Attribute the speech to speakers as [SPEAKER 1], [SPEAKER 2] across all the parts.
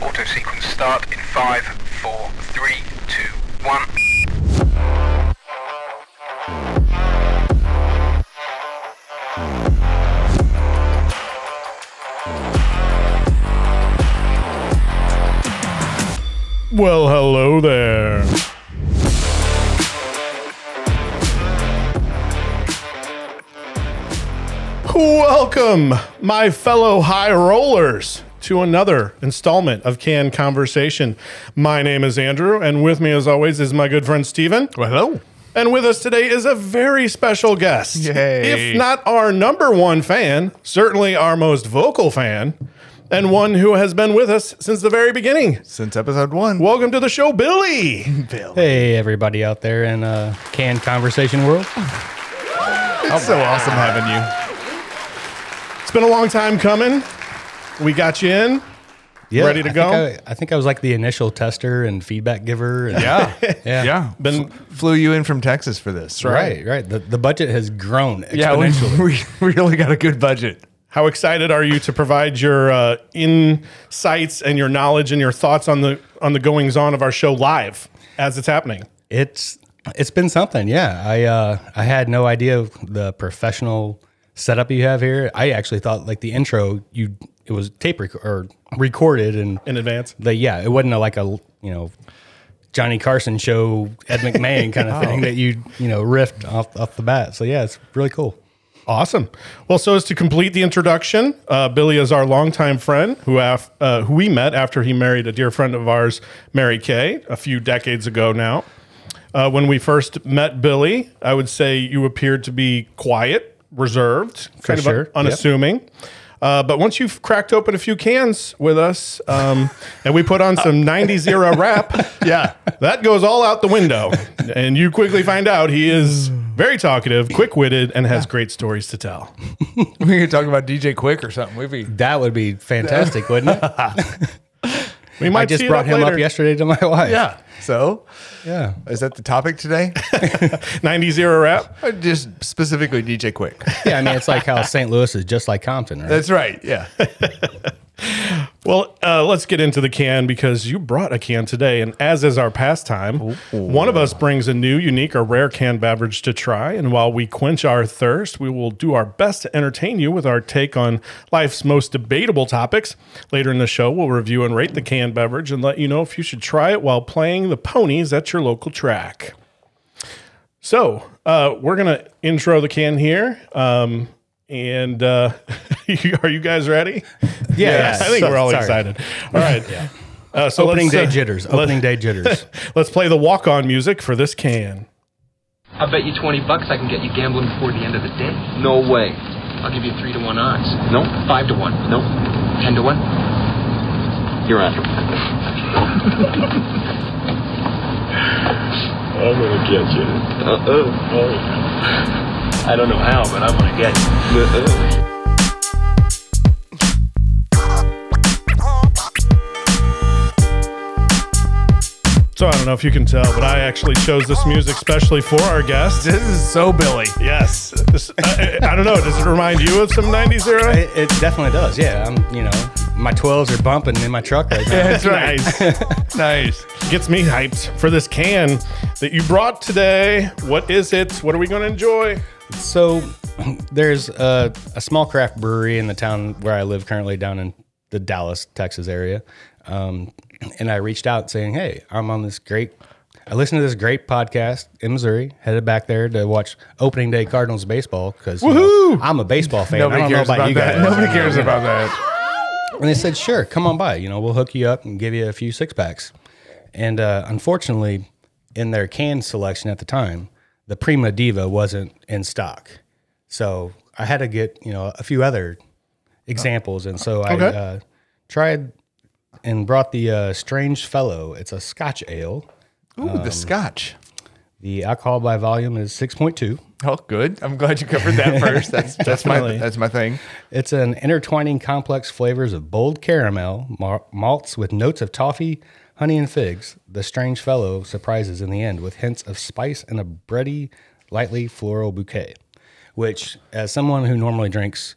[SPEAKER 1] Auto sequence start in five, four, three, two, one.
[SPEAKER 2] Well, hello there. Welcome, my fellow high rollers, to another installment of Can Conversation. My name is Andrew, and with me, as always, is my good friend Steven.
[SPEAKER 3] Well, hello.
[SPEAKER 2] And with us today is a very special guest.
[SPEAKER 3] Yay.
[SPEAKER 2] If not our number one fan, certainly our most vocal fan, and one who has been with us since the very beginning.
[SPEAKER 3] Since episode one,
[SPEAKER 2] Welcome to the show, Billy.
[SPEAKER 4] Hey, everybody out there in uh, canned conversation world.
[SPEAKER 3] it's so awesome having you.
[SPEAKER 2] It's been a long time coming. We got you in.
[SPEAKER 4] Yeah,
[SPEAKER 2] Ready to
[SPEAKER 4] I
[SPEAKER 2] go?
[SPEAKER 4] Think I, I think I was like the initial tester and feedback giver. and-
[SPEAKER 3] Yeah,
[SPEAKER 4] yeah,
[SPEAKER 3] yeah.
[SPEAKER 2] Been
[SPEAKER 3] Flew you in from Texas for this,
[SPEAKER 4] Right, right. The, the budget has grown
[SPEAKER 3] Yeah, we,
[SPEAKER 4] exponentially.
[SPEAKER 3] we really got a good budget.
[SPEAKER 2] how excited are you to provide your uh, insights and your knowledge and your thoughts on the on the goings on of our show live as it's happening?
[SPEAKER 4] it's it's been something. Yeah, I uh, I had no idea of the professional setup you have here. I actually thought like the intro you it was tape rec- or recorded and
[SPEAKER 2] In advance,
[SPEAKER 4] But yeah, it wasn't a, like a you know Johnny Carson show, Ed McMahon kind of thing that you you know riffed off off the bat. So yeah, it's really cool.
[SPEAKER 2] awesome. Well, so as to complete the introduction, uh, Billy is our longtime friend who af- uh, who we met after he married a dear friend of ours, Mary Kay, a few decades ago now. Uh, when we first met Billy, I would say you appeared to be quiet, reserved, kind of
[SPEAKER 4] sure.
[SPEAKER 2] un- unassuming. Uh, but once you've cracked open a few cans with us um, and we put on some 90s era rap, yeah, that goes all out the window. And you quickly find out he is very talkative, quick witted, and has great stories to tell.
[SPEAKER 3] We could talk about DJ Quick or something. We'd be
[SPEAKER 4] That would be fantastic, wouldn't it?
[SPEAKER 2] We
[SPEAKER 4] I
[SPEAKER 2] might
[SPEAKER 4] just
[SPEAKER 2] see it
[SPEAKER 4] brought him up
[SPEAKER 2] later.
[SPEAKER 4] yesterday to my wife.
[SPEAKER 3] yeah. So,
[SPEAKER 4] yeah.
[SPEAKER 3] is that the topic today?
[SPEAKER 2] 90s era rap.
[SPEAKER 3] Or Uh, Just specifically DJ Quick.
[SPEAKER 4] Yeah, I mean, it's like how St. Louis is just like Compton, right?
[SPEAKER 3] That's right. Yeah.
[SPEAKER 2] Well, uh, let's get into the can because you brought a can today, and as is our pastime, one of us brings a new, unique, or rare canned beverage to try. And while we quench our thirst, we will do our best to entertain you with our take on life's most debatable topics. Later in the show, we'll review and rate the canned beverage and let you know if you should try it while playing the ponies at your local track. So uh, we're gonna intro the can here. Um, and uh, are you guys ready?
[SPEAKER 4] yeah, yeah.
[SPEAKER 2] I think
[SPEAKER 4] So-
[SPEAKER 2] we're all
[SPEAKER 4] sorry.
[SPEAKER 2] excited. All right. Uh, so
[SPEAKER 4] Opening
[SPEAKER 2] let's,
[SPEAKER 4] day
[SPEAKER 2] uh,
[SPEAKER 4] jitters. Opening day jitters.
[SPEAKER 2] Let's play the walk on music for this can.
[SPEAKER 5] I bet you 20 bucks I can get you gambling before the end of the day. No way. I'll give you 3 to 1 odds. No. 5 to 1. No. 10 to 1. You're on.
[SPEAKER 6] I'm gonna get you. Uh-oh. Oh, yeah. I don't know how, but I'm gonna get you. Uh-oh.
[SPEAKER 2] So I don't know if you can tell, but I actually chose this music specially for our guest.
[SPEAKER 3] This is so Billy.
[SPEAKER 2] Yes. This- uh, I, I don't know. Does it remind you of some 90s era?
[SPEAKER 4] It, it definitely does. Yeah, I'm. You know, my 12s are bumping in my truck right now.
[SPEAKER 3] That's right.
[SPEAKER 2] Nice.
[SPEAKER 3] nice.
[SPEAKER 2] Gets me hyped for this can that you brought today. What is it? What are we going to enjoy?
[SPEAKER 4] So there's a, a small craft brewery in the town where I live currently, down in the Dallas, Texas area. Um, and I reached out saying, "Hey, I'm on this great. I listened to this great podcast in Missouri. Headed back there to watch opening day Cardinals baseball because I'm a baseball fan. I
[SPEAKER 3] Nobody
[SPEAKER 4] don't know
[SPEAKER 3] cares
[SPEAKER 4] about
[SPEAKER 3] about
[SPEAKER 4] you
[SPEAKER 3] that.
[SPEAKER 4] guys.
[SPEAKER 3] Nobody cares about that.
[SPEAKER 4] And they said, sure, come on by. You know, we'll hook you up and give you a few six packs. And uh, unfortunately, in their can selection at the time, the Prima Diva wasn't in stock. So I had to get, you know, a few other examples. And so I
[SPEAKER 2] Okay.
[SPEAKER 4] uh, tried and brought the uh, Strange Fellow. It's a Scotch ale.
[SPEAKER 3] Ooh,
[SPEAKER 4] Um,
[SPEAKER 3] the scotch.
[SPEAKER 4] The alcohol by volume is 6.2.
[SPEAKER 3] Oh, good. I'm glad you covered that first. That's that's my
[SPEAKER 2] Definitely.
[SPEAKER 3] that's my thing.
[SPEAKER 4] It's an intertwining complex flavors of bold caramel, mar- malts with notes of toffee, honey, and figs. The strange fellow surprises in the end with hints of spice and a bready, lightly floral bouquet. Which, as someone who normally drinks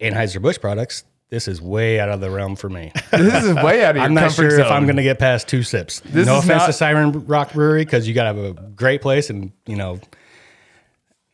[SPEAKER 4] Anheuser Busch products, this is way out of the realm for me.
[SPEAKER 3] This is way out of your
[SPEAKER 4] I'm not
[SPEAKER 3] comfort
[SPEAKER 4] sure
[SPEAKER 3] zone.
[SPEAKER 4] if I'm going to get past two sips.
[SPEAKER 3] This
[SPEAKER 4] no
[SPEAKER 3] is
[SPEAKER 4] offense
[SPEAKER 3] not-
[SPEAKER 4] to Siren Rock Brewery because you got to have a great place and you know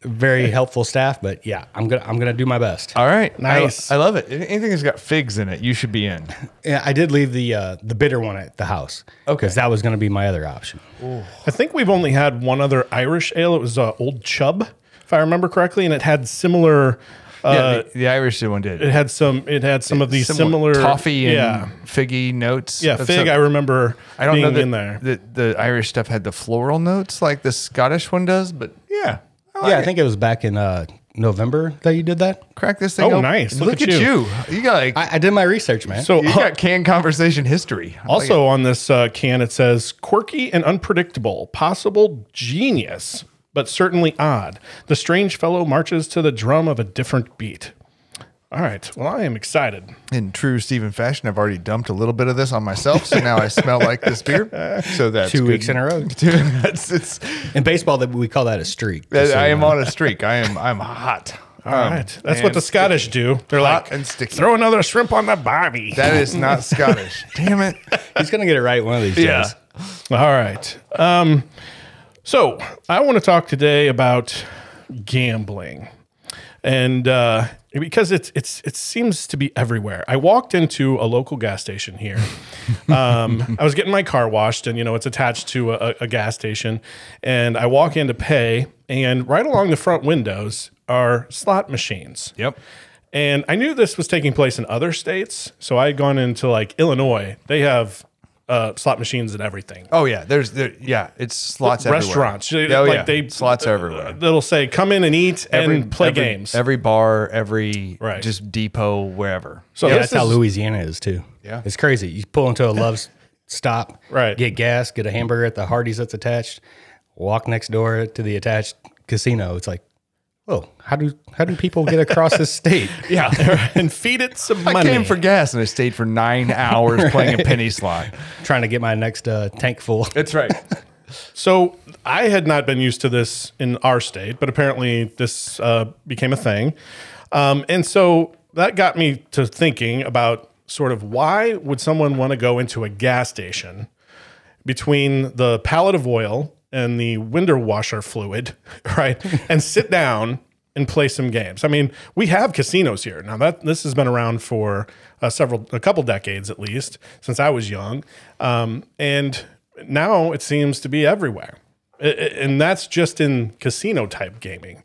[SPEAKER 4] very helpful staff. But yeah, I'm gonna I'm gonna do my best.
[SPEAKER 3] All right, I-
[SPEAKER 2] Nice.
[SPEAKER 3] I, love it. Anything that's got figs in it, you should be in.
[SPEAKER 4] Yeah, I did leave the uh, the bitter one at the house.
[SPEAKER 3] Okay.
[SPEAKER 4] that was going to be my other option.
[SPEAKER 2] I think we've only had one other Irish ale. It was uh, Old Chub, if I remember correctly, and it had similar. Uh,
[SPEAKER 3] yeah, the, the Irish one did.
[SPEAKER 2] it had some. It had some of these similar,
[SPEAKER 3] toffee and
[SPEAKER 2] yeah,
[SPEAKER 3] figgy notes.
[SPEAKER 2] yeah.
[SPEAKER 3] That's
[SPEAKER 2] Fig.
[SPEAKER 3] a-
[SPEAKER 2] I remember
[SPEAKER 3] I don't
[SPEAKER 2] being
[SPEAKER 3] know that
[SPEAKER 2] in there.
[SPEAKER 3] The, the Irish stuff had the floral notes like the Scottish one does, but yeah. like
[SPEAKER 4] yeah, I
[SPEAKER 3] it.
[SPEAKER 4] think it was back in uh, November that you did that.
[SPEAKER 3] crack this thing.
[SPEAKER 2] Oh,
[SPEAKER 3] open.
[SPEAKER 2] nice.
[SPEAKER 3] Look, at, you. you. got like
[SPEAKER 4] I, I did my research, man.
[SPEAKER 2] So uh,
[SPEAKER 3] you got canned conversation history. I like
[SPEAKER 2] Also on this uh, can, it says quirky and unpredictable, possible genius, but certainly odd. The strange fellow marches to the drum of a different beat. All right. Well, I am excited.
[SPEAKER 3] it. in true Stephen fashion, I've already dumped a little bit of this on myself, so now I smell like this beer. So that's
[SPEAKER 4] two
[SPEAKER 3] good.
[SPEAKER 4] weeks in a row.
[SPEAKER 3] Dude, that's it's.
[SPEAKER 4] In baseball, that we call that a streak.
[SPEAKER 3] that-
[SPEAKER 4] So,
[SPEAKER 3] I am
[SPEAKER 4] uh,
[SPEAKER 3] on a streak. I am. I'm hot.
[SPEAKER 2] All right, That's what
[SPEAKER 3] Um, and
[SPEAKER 2] the Scottish do. They're
[SPEAKER 3] Hot
[SPEAKER 2] like,
[SPEAKER 3] and sticky.
[SPEAKER 2] throw another shrimp on the bobby.
[SPEAKER 3] That is not Scottish. Damn it.
[SPEAKER 4] He's going to get it right one of these days.
[SPEAKER 2] All right. Um, so I want to talk today about gambling, and uh, because it's it's it seems to be everywhere. I walked into a local gas station here. Um, I was getting my car washed, and you know it's attached to a, a gas station, and I walk in to pay, and right along the front windows are slot machines.
[SPEAKER 3] Yep.
[SPEAKER 2] And I knew this was taking place in other states, so I had gone into like Illinois. They have uh, slot machines and everything.
[SPEAKER 3] Oh yeah. There's there. Yeah. It's slots. everywhere.
[SPEAKER 2] Restaurants, They-
[SPEAKER 3] Oh,
[SPEAKER 2] like
[SPEAKER 3] yeah.
[SPEAKER 2] they
[SPEAKER 3] slots
[SPEAKER 2] uh,
[SPEAKER 3] everywhere.
[SPEAKER 2] They'll say, "Come in and eat and
[SPEAKER 3] Every-
[SPEAKER 2] play
[SPEAKER 3] every-
[SPEAKER 2] games."
[SPEAKER 3] Every bar, every
[SPEAKER 2] Right.
[SPEAKER 3] just depot, wherever.
[SPEAKER 2] so
[SPEAKER 4] Yeah,
[SPEAKER 2] this
[SPEAKER 4] that's how
[SPEAKER 2] is-
[SPEAKER 4] Louisiana is too.
[SPEAKER 3] Yeah.
[SPEAKER 4] it's crazy. You pull into a Love's stop,
[SPEAKER 2] Right.
[SPEAKER 4] Get gas, get a hamburger at the Hardee's that's attached. Walk next door to the attached casino. It's like, oh, how do how do people get across this state?
[SPEAKER 2] yeah, and feed it some
[SPEAKER 3] I
[SPEAKER 2] money.
[SPEAKER 3] came for gas and I stayed for nine hours playing a penny slot.
[SPEAKER 4] Trying to get my next uh, tank full.
[SPEAKER 3] That's right.
[SPEAKER 2] So I had not been used to this in our state, but apparently this uh, became a thing. Um, and so that got me to thinking about sort of why would someone want to go into a gas station between the pallet of oil and the window washer fluid, right? and sit down and play some games. I mean, we have casinos here. Now that this has been around for uh, several, a couple decades at least, since I was young, um, and now it seems to be everywhere, I- I- and that's just in casino type gaming.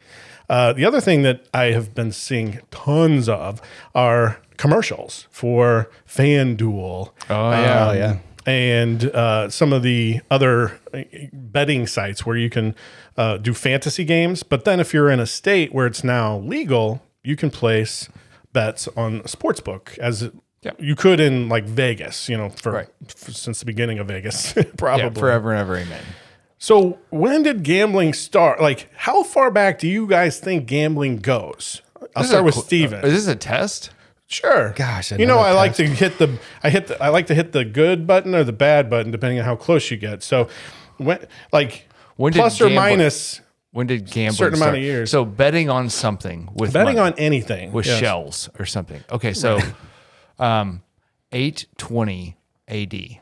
[SPEAKER 2] Uh, the other thing that I have been seeing tons of are commercials for FanDuel Um,
[SPEAKER 3] Oh yeah.
[SPEAKER 4] oh yeah,
[SPEAKER 2] and uh, some of the other uh, betting sites where you can uh, do fantasy games. But then, if you're in a state where it's now legal, you can place bets on sportsbook as it-
[SPEAKER 3] Yeah.
[SPEAKER 2] you could in like Vegas, you know, for,
[SPEAKER 3] Right.
[SPEAKER 2] for- since the beginning of Vegas,
[SPEAKER 3] Yeah,
[SPEAKER 2] probably.
[SPEAKER 3] forever and ever, amen.
[SPEAKER 2] So, when did gambling start? Like, how far back do you guys think gambling goes? I'll
[SPEAKER 3] This is
[SPEAKER 2] start
[SPEAKER 3] a
[SPEAKER 2] with
[SPEAKER 3] qu- uh,
[SPEAKER 2] Steven.
[SPEAKER 3] Is this a test?
[SPEAKER 2] Sure.
[SPEAKER 4] Gosh,
[SPEAKER 2] you know,
[SPEAKER 4] another
[SPEAKER 2] I like to hit the I hit the I like to hit the good button or the bad button depending on how close you get. So, when like
[SPEAKER 3] When did
[SPEAKER 2] plus or
[SPEAKER 3] gambling-
[SPEAKER 2] minus
[SPEAKER 3] When did gambling?
[SPEAKER 2] Certain amount of
[SPEAKER 3] start?
[SPEAKER 2] years.
[SPEAKER 3] So betting on something with
[SPEAKER 2] betting
[SPEAKER 3] money,
[SPEAKER 2] on anything
[SPEAKER 3] with
[SPEAKER 2] Yes.
[SPEAKER 3] shells or something. Okay, so um, eight twenty A.D.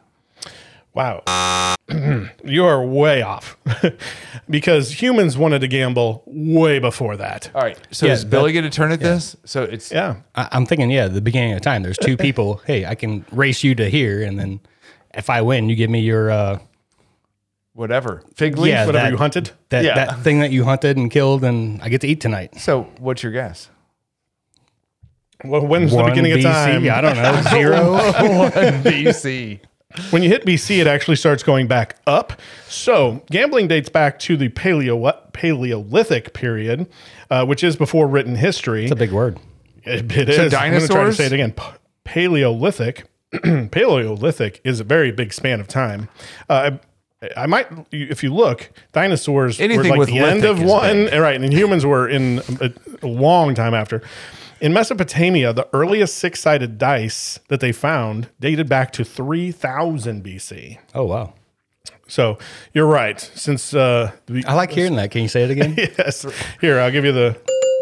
[SPEAKER 2] Wow, you are way off because humans wanted to gamble way before that.
[SPEAKER 3] All right. So
[SPEAKER 4] Yeah,
[SPEAKER 3] does Billy get a turn at this? So it's
[SPEAKER 2] Yeah,
[SPEAKER 4] I, I'm thinking yeah, the beginning of time. There's two people. hey, I can race you to here, and then if I win, you give me your uh,
[SPEAKER 3] whatever fig leaf.
[SPEAKER 4] Yeah,
[SPEAKER 3] whatever.
[SPEAKER 2] whatever
[SPEAKER 4] that-
[SPEAKER 2] you hunted.
[SPEAKER 4] that
[SPEAKER 3] Yeah.
[SPEAKER 4] that thing that you hunted and killed, and I get to eat tonight.
[SPEAKER 3] So what's your guess?
[SPEAKER 2] Well, when's the
[SPEAKER 4] One
[SPEAKER 2] beginning of
[SPEAKER 4] BC,
[SPEAKER 2] time?
[SPEAKER 4] I don't know. Zero.
[SPEAKER 3] BC.
[SPEAKER 2] When you hit BC, it actually starts going back up. So gambling dates back to the paleo- Paleolithic period, uh, which is before written history.
[SPEAKER 4] Big word.
[SPEAKER 2] It, it is. I'm going to
[SPEAKER 3] dinosaurs?
[SPEAKER 2] say it again. Pa- Paleolithic. Paleolithic is a very big span of time. Uh, I, I might, if you look, dinosaurs
[SPEAKER 3] Anything
[SPEAKER 2] were like
[SPEAKER 3] with
[SPEAKER 2] the end
[SPEAKER 3] lithic
[SPEAKER 2] of
[SPEAKER 3] is
[SPEAKER 2] one,
[SPEAKER 3] big.
[SPEAKER 2] right? And humans were in a, a long time after. In Mesopotamia, the earliest six-sided dice that they found dated back to 3000 BC.
[SPEAKER 4] Oh wow.
[SPEAKER 2] So you're right. Since uh, the,
[SPEAKER 4] I like hearing that. Can you say it again?
[SPEAKER 2] yes, here I'll give you the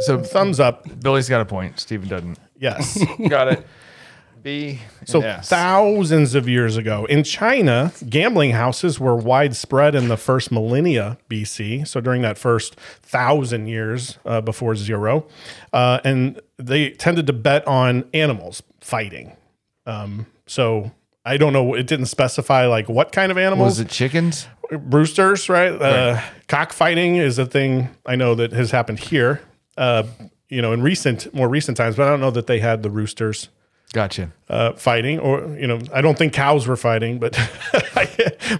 [SPEAKER 3] So
[SPEAKER 2] thumbs up.
[SPEAKER 3] Billy's got a point. Stephen doesn't.
[SPEAKER 2] Yes.
[SPEAKER 3] Got it. B.
[SPEAKER 2] So
[SPEAKER 3] and S.
[SPEAKER 2] thousands of years ago in China, gambling houses were widespread in the first millennia BC. So during that first thousand years uh, before zero, uh, and they tended to bet on animals fighting. Um, so I don't know. It didn't specify like what kind of animals.
[SPEAKER 3] was it chickens?
[SPEAKER 2] Brewsters, right? Uh, cockfighting is a thing I know that has happened here. Uh, you know, in recent, more recent times, but I don't know that they had the roosters
[SPEAKER 3] Gotcha.
[SPEAKER 2] uh, fighting, or you know, I don't think cows were fighting, but I,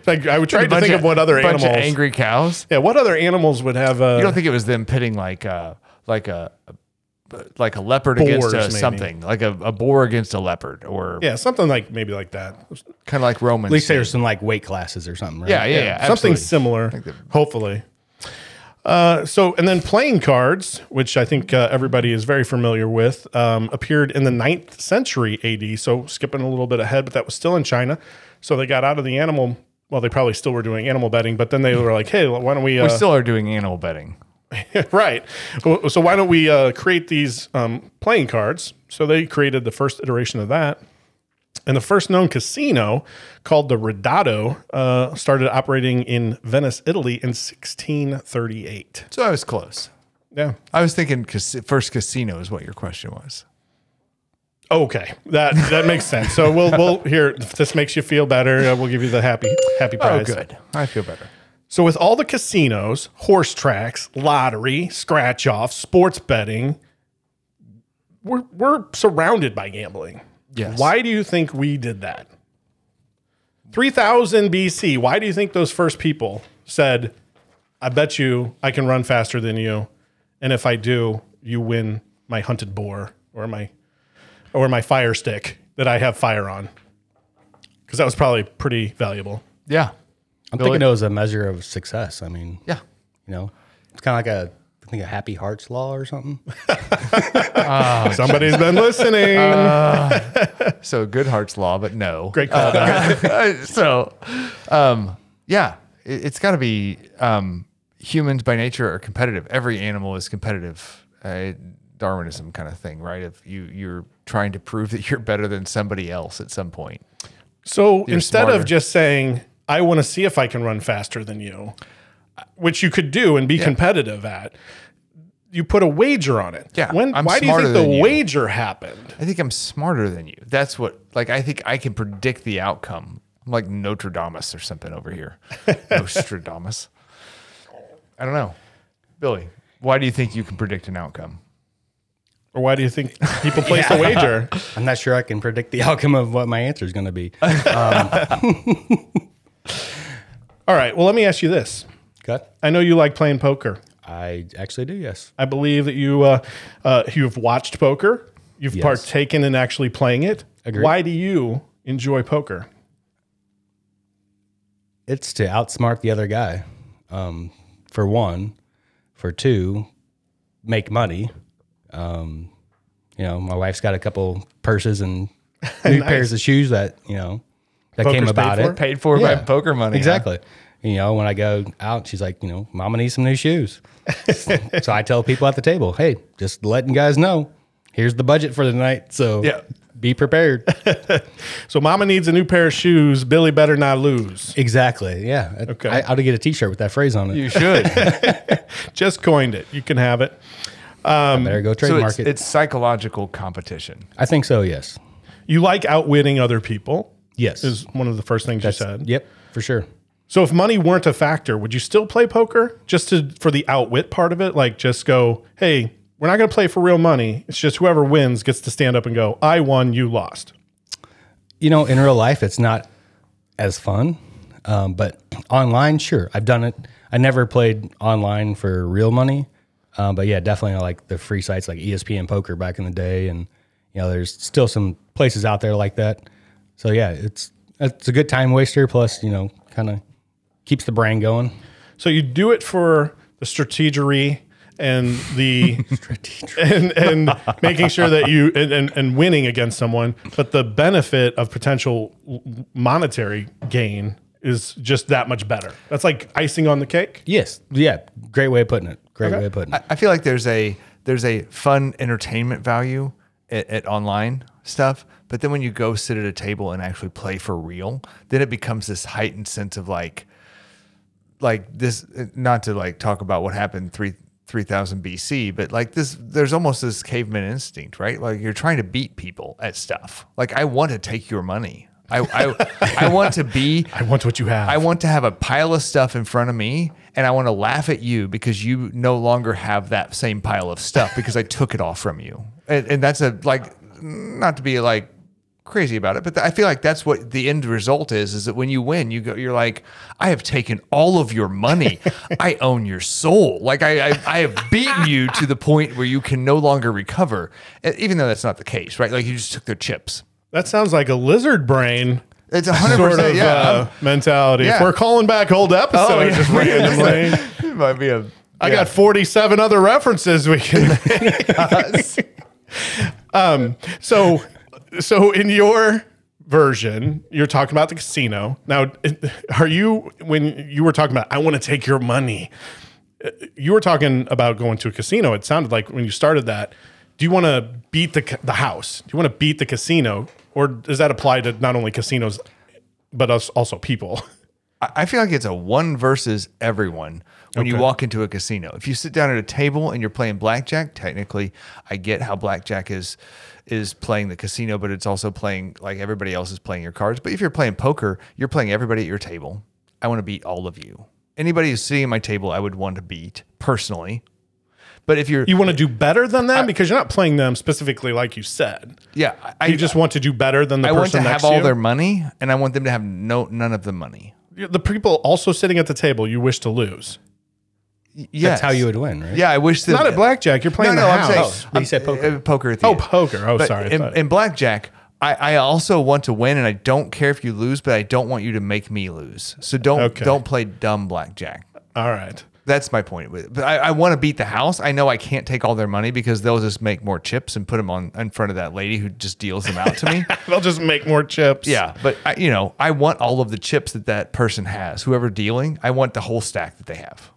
[SPEAKER 2] like, I would try
[SPEAKER 3] A
[SPEAKER 2] to
[SPEAKER 3] bunch
[SPEAKER 2] think of, what other
[SPEAKER 3] a bunch
[SPEAKER 2] animals.
[SPEAKER 3] of angry cows.
[SPEAKER 2] yeah, what other animals would have? Uh,
[SPEAKER 3] You don't think it was them pitting like a like a like a leopard against
[SPEAKER 2] Boars,
[SPEAKER 3] a
[SPEAKER 2] maybe.
[SPEAKER 3] something, like a, a boar against a leopard, or
[SPEAKER 2] yeah, something like maybe like that.
[SPEAKER 3] kind of like Romans.
[SPEAKER 4] At least there's some like weight classes or something, right?
[SPEAKER 3] yeah, yeah, yeah,
[SPEAKER 2] something
[SPEAKER 3] absolutely.
[SPEAKER 2] similar, hopefully. Uh, so, and then playing cards, which I think uh, everybody is very familiar with, um, appeared in the 9th century AD. So, skipping a little bit ahead, but that was still in China. So, they got out of the animal. Well, they probably still were doing animal betting, but then they were like, hey, why don't we. Uh,
[SPEAKER 3] We still are doing animal betting.
[SPEAKER 2] right. Well, So, why don't we uh, create these um, playing cards? So, they created the first iteration of that. And the first known casino, called the Redato, uh, started operating in Venice, Italy in 1638.
[SPEAKER 3] So I was close.
[SPEAKER 2] Yeah.
[SPEAKER 3] I was thinking cas- first casino is what your question was.
[SPEAKER 2] Okay, that that makes sense. So we'll we'll here. If this makes you feel better, uh, we'll give you the happy happy
[SPEAKER 3] Oh,
[SPEAKER 2] prize.
[SPEAKER 3] I feel better.
[SPEAKER 2] So with all the casinos, horse tracks, lottery, scratch off, sports betting, we're we're surrounded by gambling.
[SPEAKER 3] Yes.
[SPEAKER 2] Why do you think we did that? 3000 BC, why do you think those first people said, I bet you I can run faster than you. And if I do, you win my hunted boar or my or my fire stick that I have fire on. Because that was probably pretty valuable.
[SPEAKER 3] Yeah.
[SPEAKER 4] I'm thinking it was a measure of success. I mean,
[SPEAKER 3] Yeah.
[SPEAKER 4] you know, it's kind of like a I think a happy hearts law or something.
[SPEAKER 2] Somebody's been listening.
[SPEAKER 3] So good heart's law, but no.
[SPEAKER 2] Great call.
[SPEAKER 3] so, um, yeah, it, it's got to be um, humans by nature are competitive. Every animal is competitive. Uh, Darwinism kind of thing, right? If you you're trying to prove that you're better than somebody else at some point.
[SPEAKER 2] So instead
[SPEAKER 3] smarter.
[SPEAKER 2] of just saying, I want to see if I can run faster than you, which you could do and be competitive at, you put a wager on it.
[SPEAKER 3] Yeah,
[SPEAKER 2] When,
[SPEAKER 3] I'm
[SPEAKER 2] why do you
[SPEAKER 3] smarter
[SPEAKER 2] think the
[SPEAKER 3] than you.
[SPEAKER 2] wager happened?
[SPEAKER 3] I think I'm smarter than you. That's what like I think I can predict the outcome. I'm like Nostradamus or something over here. Nostradamus. I don't know. Billy, why do you think you can predict an outcome?
[SPEAKER 2] Or why do you think people placed a wager?
[SPEAKER 4] I'm not sure I can predict the outcome of what my answer is going to be.
[SPEAKER 2] All right. Well, let me ask you this.
[SPEAKER 4] Okay.
[SPEAKER 2] I know you like playing poker.
[SPEAKER 4] I actually do. Yes.
[SPEAKER 2] I believe that you uh, uh, you've watched poker. You've partaken in actually playing it.
[SPEAKER 4] Agreed.
[SPEAKER 2] Why do you enjoy poker?
[SPEAKER 4] it's to outsmart the other guy um, for one for two make money um, you know my wife's got a couple purses and new pairs of shoes that you know that
[SPEAKER 2] Poker's
[SPEAKER 4] came about
[SPEAKER 2] paid for?
[SPEAKER 4] it
[SPEAKER 3] Paid for
[SPEAKER 4] Yeah.
[SPEAKER 3] by poker money. huh?
[SPEAKER 4] exactly you know when i go out she's like you know mama needs some new shoes so i tell people at the table hey just letting guys know here's the budget for the night so
[SPEAKER 3] Yeah.
[SPEAKER 4] be prepared
[SPEAKER 2] So, Mama needs a new pair of shoes. Billy better not lose.
[SPEAKER 4] exactly yeah okay i ought to get a t-shirt with that phrase on it
[SPEAKER 3] You should.
[SPEAKER 2] Just coined it. You can have it.
[SPEAKER 4] better go
[SPEAKER 3] so
[SPEAKER 4] trademark
[SPEAKER 3] it's,
[SPEAKER 4] it
[SPEAKER 3] it's psychological competition.
[SPEAKER 4] i think so yes
[SPEAKER 2] You like outwitting other people
[SPEAKER 4] Yes.
[SPEAKER 2] is one of the first things you said.
[SPEAKER 4] Yep, for sure.
[SPEAKER 2] So if money weren't a factor, would you still play poker just to for the outwit part of it? Like just go, hey, we're not going to play for real money. It's just whoever wins gets to stand up and go, I won, you lost.
[SPEAKER 4] You know, in real life, it's not as fun, um, but online, sure, I've done it. I never played online for real money, um, but yeah, definitely I like the free sites like E ESPN Poker back in the day, and you know, there's still some places out there like that. So yeah, it's it's a good time waster. Plus, you know, kind of keeps the brain going.
[SPEAKER 2] So you do it for the strategery and the and and making sure that you and, and, and winning against someone, but the benefit of potential monetary gain is just that much better. That's like icing on the cake.
[SPEAKER 4] Yes, yeah, great way of putting it. Great way of putting it.
[SPEAKER 3] I feel like there's a there's a fun entertainment value at, at online stuff, But then when you go sit at a table and actually play for real, then it becomes this heightened sense of like, like this. Not to like talk about what happened three three thousand BC, but like this, there's almost this caveman instinct, right? Like you're trying to beat people at stuff. Like I want to take your money. I I, I want to be.
[SPEAKER 2] I want what you have.
[SPEAKER 3] I want to have a pile of stuff in front of me and I want to laugh at you because you no longer have that same pile of stuff because I took it all from you. And, and that's a like, not to be like crazy about it, but I feel like that's what the end result is, is that when you win, you go, you're like, I have taken all of your money. I own your soul. Like I, I, I have beaten you to the point where you can no longer recover, E- even though that's not the case, right? Like you just took their chips.
[SPEAKER 2] that sounds like a lizard brain
[SPEAKER 3] It's 100%.
[SPEAKER 2] sort of
[SPEAKER 3] yeah, I'm-
[SPEAKER 2] uh, mentality. If
[SPEAKER 3] yeah.
[SPEAKER 2] we're calling back old episodes
[SPEAKER 3] Oh, yeah.
[SPEAKER 2] just randomly.
[SPEAKER 3] it might be a.
[SPEAKER 2] I got 47 other references we can um, so, so in your version, you're talking about the casino. Now, are you when you were talking about I want to take your money? uh, You were talking about going to a casino. It sounded like when you started that. Do you want to beat the ca- the house? Do you want to beat the casino, or does that apply to not only casinos but us also people?
[SPEAKER 3] I- I feel like it's a one versus everyone when you
[SPEAKER 2] Okay.
[SPEAKER 3] walk into a casino. If you sit down at a table and you're playing blackjack, technically, I get how blackjack is is playing the casino, but it's also playing like everybody else is playing your cards. But if you're playing poker, you're playing everybody at your table. I want to beat all of you. Anybody who's sitting at my table, I would want to beat personally. But if you're,
[SPEAKER 2] You want to do better than them because you're not playing them specifically, like you said.
[SPEAKER 3] yeah, I
[SPEAKER 2] You just want to do better than the
[SPEAKER 3] I
[SPEAKER 2] person
[SPEAKER 3] want to
[SPEAKER 2] next
[SPEAKER 3] have
[SPEAKER 2] to
[SPEAKER 3] all
[SPEAKER 2] you.
[SPEAKER 3] their money, and I want them to have no none of the money.
[SPEAKER 2] the people also sitting at the table you wish to lose.
[SPEAKER 3] Yeah,
[SPEAKER 4] That's how you would win, right?
[SPEAKER 3] Yeah, I wish that
[SPEAKER 2] Not at blackjack. You're playing the house.
[SPEAKER 4] but you Oh, said poker.
[SPEAKER 3] uh, poker. at the
[SPEAKER 2] Oh,
[SPEAKER 3] end.
[SPEAKER 2] poker. Oh,
[SPEAKER 3] But
[SPEAKER 2] sorry. I
[SPEAKER 3] In,
[SPEAKER 2] thought-
[SPEAKER 3] in blackjack, I, I also want to win, and I don't care if you lose, but I don't want you to make me lose. So don't
[SPEAKER 2] Okay.
[SPEAKER 3] don't play dumb blackjack.
[SPEAKER 2] all right.
[SPEAKER 3] That's my point. with it. But I, I want to beat the house. I know I can't take all their money because they'll just make more chips and put them on in front of that lady who just deals them out to me.
[SPEAKER 2] They'll just make more chips.
[SPEAKER 3] yeah, but I, you know, I want all of the chips that that person has. Whoever dealing, I want the whole stack that they have.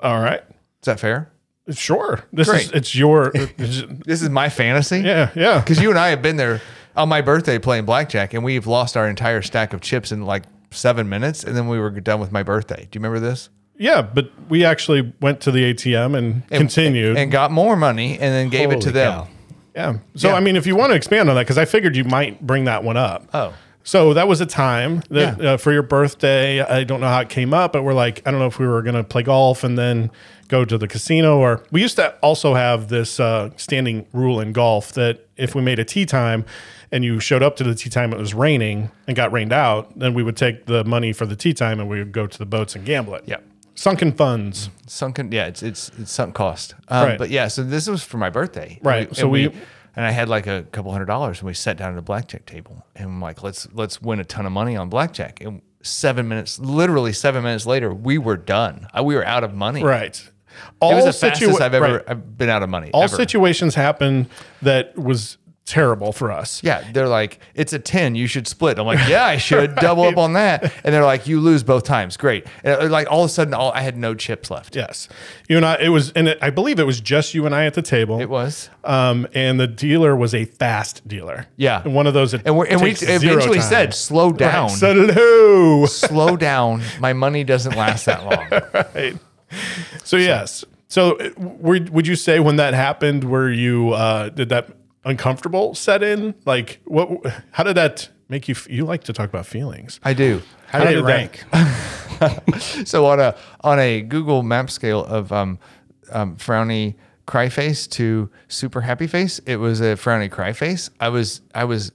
[SPEAKER 2] All right.
[SPEAKER 3] Is that fair?
[SPEAKER 2] Sure. This is
[SPEAKER 3] Great.
[SPEAKER 2] it's your it's-
[SPEAKER 3] This is my fantasy.
[SPEAKER 2] yeah yeah.
[SPEAKER 3] Because you and I have been there on my birthday playing blackjack, and we've lost our entire stack of chips in like seven minutes, and then we were done with my birthday. Do you remember this?
[SPEAKER 2] Yeah, but we actually went to the ATM and, continued.
[SPEAKER 3] and got more money, and then gave it to
[SPEAKER 4] Holy
[SPEAKER 3] them.
[SPEAKER 4] cow.
[SPEAKER 2] yeah. So
[SPEAKER 3] yeah.
[SPEAKER 2] I mean, if you want to expand on that, because I figured you might bring that one up.
[SPEAKER 3] Oh.
[SPEAKER 2] So that was a time that
[SPEAKER 3] Yeah.
[SPEAKER 2] uh, for your birthday. I don't know how it came up, but we're like, I don't know if we were going to play golf and then go to the casino, or we used to also have this uh, standing rule in golf that if we made a tea time and you showed up to the tea time, it was raining and got rained out, then we would take the money for the tea time and we would go to the boats and gamble it.
[SPEAKER 3] Yep.
[SPEAKER 2] Sunken funds.
[SPEAKER 3] Sunken, yeah, it's it's it's sunk cost. Um,
[SPEAKER 2] Right.
[SPEAKER 3] But yeah, so this was for my birthday,
[SPEAKER 2] Right,
[SPEAKER 3] And
[SPEAKER 2] so
[SPEAKER 3] and
[SPEAKER 2] we-
[SPEAKER 3] and I had like a couple hundred dollars, and we sat down at a blackjack table, and I'm like, let's let's win a ton of money on blackjack. And seven minutes, literally seven minutes later, we were done. Uh, We were out of money.
[SPEAKER 2] Right.
[SPEAKER 3] It
[SPEAKER 2] All
[SPEAKER 3] was the fastest
[SPEAKER 2] situa-
[SPEAKER 3] I've ever
[SPEAKER 2] right.
[SPEAKER 3] I've been out of money.
[SPEAKER 2] All
[SPEAKER 3] ever.
[SPEAKER 2] situations happen that was terrible for us.
[SPEAKER 3] Yeah, they're like, it's a 10, you should split. I'm like, yeah, I should double up on that. And they're like, you lose both times. Great. And uh, like all of a sudden, all, I had no chips left.
[SPEAKER 2] Yes. You and I, it was, and it, I believe it was just you and I at the table.
[SPEAKER 3] It was.
[SPEAKER 2] Um, and the dealer was a fast dealer.
[SPEAKER 3] Yeah.
[SPEAKER 2] And one of those. that
[SPEAKER 3] And, we're, and we
[SPEAKER 2] takes zero
[SPEAKER 3] eventually
[SPEAKER 2] time.
[SPEAKER 3] said, slow down.
[SPEAKER 2] Right. Said hello.
[SPEAKER 3] slow down. My money doesn't last that long.
[SPEAKER 2] Right. So, yes. So, uh, were, would you say when that happened, were you, uh, did that uncomfortable set in? Like, what, how did that make you? f- You like to talk about feelings.
[SPEAKER 3] I do.
[SPEAKER 4] How did it
[SPEAKER 2] did that-
[SPEAKER 4] rank?
[SPEAKER 3] So on a on a Google map scale of um, um, frowny cry face to super happy face, it was a frowny cry face. I was I was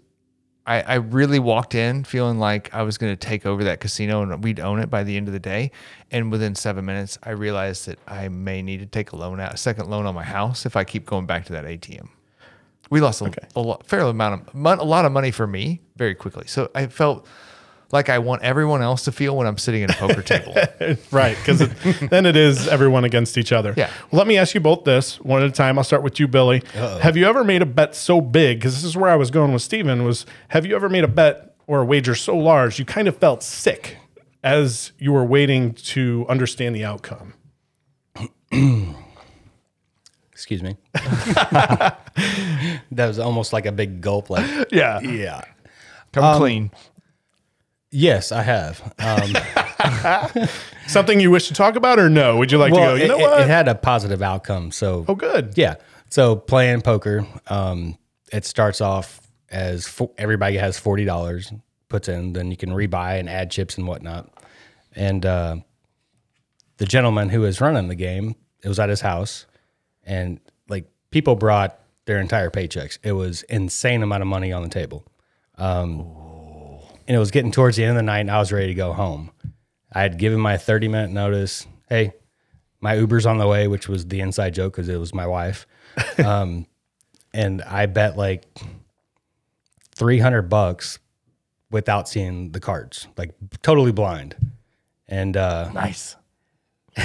[SPEAKER 3] I, I really walked in feeling like I was going to take over that casino and we'd own it by the end of the day. And within seven minutes, I realized that I may need to take a loan out, a second loan on my house if I keep going back to that ATM. We lost a, a lo- fair amount of mon- a lot of money for me very quickly. So I felt like I want everyone else to feel when I'm sitting at a poker table.
[SPEAKER 2] Right, because then it is everyone against each other.
[SPEAKER 3] Yeah.
[SPEAKER 2] Well, let me ask you both this one at a time. I'll start with you, Billy. Have you ever made a bet so big? Because this is where I was going with Steven, was have you ever made a bet or a wager so large you kind of felt sick as you were waiting to understand the outcome?
[SPEAKER 4] Excuse me. that was almost like a big gulp. Like,
[SPEAKER 3] Yeah.
[SPEAKER 4] yeah.
[SPEAKER 3] Come clean.
[SPEAKER 4] Yes, I have. Um,
[SPEAKER 2] Something you wish to talk about or no? Would you like to go,
[SPEAKER 4] well,
[SPEAKER 2] you
[SPEAKER 4] it,
[SPEAKER 2] know
[SPEAKER 4] it-
[SPEAKER 2] what?
[SPEAKER 4] it had a positive outcome. So,
[SPEAKER 2] oh, good.
[SPEAKER 4] Yeah. So playing poker, um, it starts off as fo- everybody has forty dollars puts in, then you can rebuy and add chips and whatnot. And uh, the gentleman who was running the game, it was at his house, and like people brought their entire paychecks. It was insane amount of money on the table, um, and it was getting towards the end of the night, and I was ready to go home. I had given my thirty minute notice. Hey, my Uber's on the way, which was the inside joke because it was my wife. Um, and I bet like 300 bucks without seeing the cards, like totally blind. And uh,
[SPEAKER 3] Nice.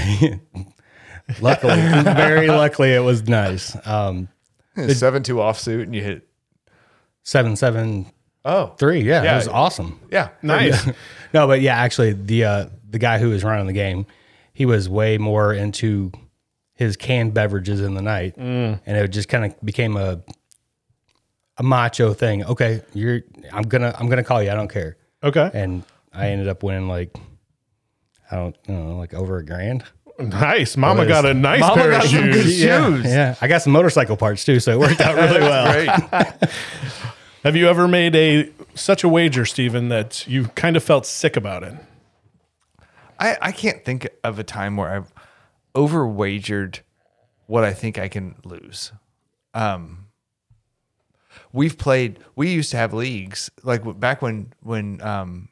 [SPEAKER 4] luckily, very luckily, it was nice. Um,
[SPEAKER 3] Seven two offsuit and you hit.
[SPEAKER 4] seven, seven,
[SPEAKER 3] Oh.
[SPEAKER 4] three. Yeah,
[SPEAKER 3] Yeah.
[SPEAKER 4] it was awesome.
[SPEAKER 3] Yeah.
[SPEAKER 2] Nice.
[SPEAKER 4] no, but yeah, actually, the uh, the guy who was running the game, he was way more into his canned beverages in the night,
[SPEAKER 2] Mm.
[SPEAKER 4] and it just kind of became a a macho thing. Okay, you're I'm gonna I'm gonna call you. I don't care.
[SPEAKER 2] Okay.
[SPEAKER 4] And I ended up winning like I don't, I don't know, like over a grand.
[SPEAKER 2] Nice. Mama got a nice
[SPEAKER 3] Mama
[SPEAKER 2] pair of
[SPEAKER 3] got some good
[SPEAKER 2] shoes.
[SPEAKER 3] shoes.
[SPEAKER 4] Yeah, I got some motorcycle parts too, so it worked out really well.
[SPEAKER 3] Great.
[SPEAKER 2] Have you ever made a such a wager, Steven, that you kind of felt sick about it?
[SPEAKER 3] I, I can't think of a time where I've overwagered what I think I can lose. Um, we've played. We used to have leagues like w- back when when um,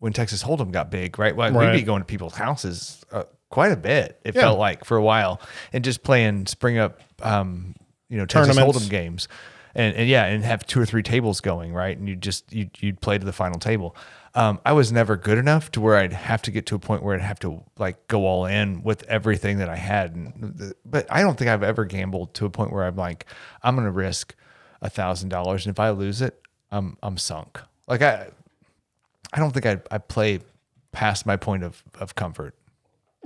[SPEAKER 3] when Texas Hold'em got big, right? Like, We'd be
[SPEAKER 2] Right.
[SPEAKER 3] going to people's houses uh, quite a bit. It felt like for a while, and just playing spring up, um, you know, Texas
[SPEAKER 2] Tournaments.
[SPEAKER 3] Hold'em games, and and yeah, and have two or three tables going, right? And you just you you'd play to the final table. Um, I was never good enough to where I'd have to get to a point where I'd have to like go all in with everything that I had. And the, but I don't think I've ever gambled to a point where I'm like, I'm going to risk a thousand dollars, and if I lose it, I'm I'm sunk. Like I, I don't think I I play past my point of of comfort,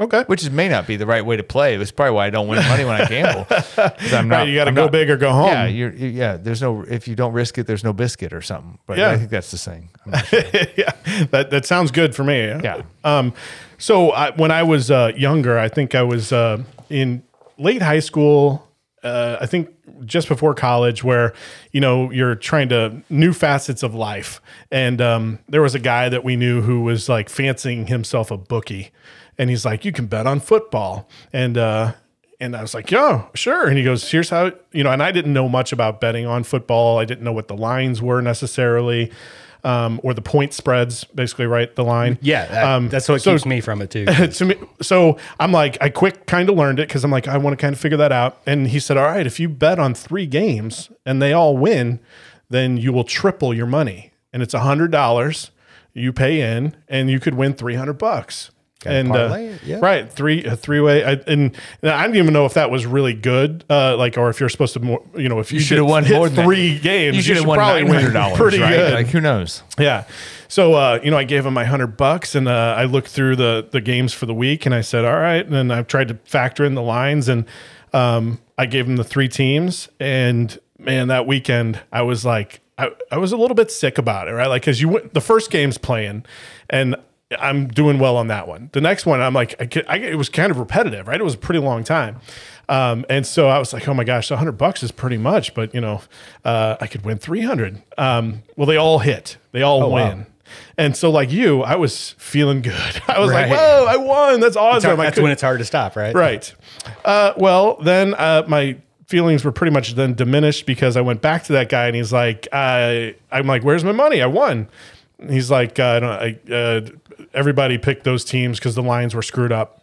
[SPEAKER 2] Okay.
[SPEAKER 3] which is, may not be the right way to play. That's probably why I don't win money when I gamble. 'Cause I'm
[SPEAKER 2] Right, you got to
[SPEAKER 3] I'm
[SPEAKER 2] go
[SPEAKER 3] not-
[SPEAKER 2] big or go home.
[SPEAKER 3] Yeah, you're, you- yeah. There's no if you don't risk it, there's no biscuit or something. But
[SPEAKER 2] Yeah.
[SPEAKER 3] I think that's the saying. I'm not sure.
[SPEAKER 2] yeah, that that sounds good for me.
[SPEAKER 3] Yeah.
[SPEAKER 2] Um, so I, when I was uh, younger, I think I was uh, in late high school. Uh, I think just before college, where you know you're trying to new facets of life, and um, there was a guy that we knew who was like fancying himself a bookie, and he's like, "You can bet on football," and uh, and I was like, "Yeah, sure." And he goes, "Here's how you know." And I didn't know much about betting on football. I didn't know what the lines were necessarily, um, or the point spreads, basically, right? The line.
[SPEAKER 4] Yeah, that-
[SPEAKER 2] Um,
[SPEAKER 4] that's what
[SPEAKER 2] so-
[SPEAKER 4] keeps me from it too.
[SPEAKER 2] to me, so I'm like, I quick kind of learned it because I'm like, I want to kind of figure that out. And he said, All right, if you bet on three games and they all win, then you will triple your money. And it's a hundred dollars you pay in, and you could win three hundred bucks. And uh,
[SPEAKER 4] parlay it, yeah.
[SPEAKER 2] right, three a three way, I, and, and I didn't even know if that was really good, uh, like, or if you're supposed to, more, you know, if you,
[SPEAKER 3] should've
[SPEAKER 2] hit-
[SPEAKER 3] won
[SPEAKER 2] hit
[SPEAKER 3] more than that.
[SPEAKER 2] three games,
[SPEAKER 3] you should have
[SPEAKER 2] should
[SPEAKER 3] won
[SPEAKER 2] probably
[SPEAKER 3] nine
[SPEAKER 2] win
[SPEAKER 3] hundred dollars.
[SPEAKER 2] pretty
[SPEAKER 3] right?
[SPEAKER 2] good.
[SPEAKER 3] Like who knows?
[SPEAKER 2] Yeah. So uh, you know, I gave him my hundred bucks, and uh, I looked through the the games for the week, and I said, "All right." And then I tried to factor in the lines, and um, I gave him the three teams. And man, that weekend, I was like, I, I was a little bit sick about it, right? Like, because you went the first game's playing, and I'm doing well on that one. The next one, I'm like, I, get- I, get- it was kind of repetitive, right? It was a pretty long time. Um, and so I was like, oh my gosh, 100 bucks is pretty much, but you know, uh, I could win 300. Um, well, they all hit, they all
[SPEAKER 4] Oh,
[SPEAKER 2] win. And so, like you, I was feeling good. I was
[SPEAKER 4] Right.
[SPEAKER 2] like, whoa, I won. That's awesome. I
[SPEAKER 4] That's
[SPEAKER 2] couldn't-
[SPEAKER 4] when it's hard to stop, right?
[SPEAKER 2] Right. Uh, well, then uh, my feelings were pretty much then diminished because I went back to that guy and he's like, uh, I'm like, where's my money? I won. And He's like, uh, I don't, I, uh, everybody picked those teams because the lines were screwed up.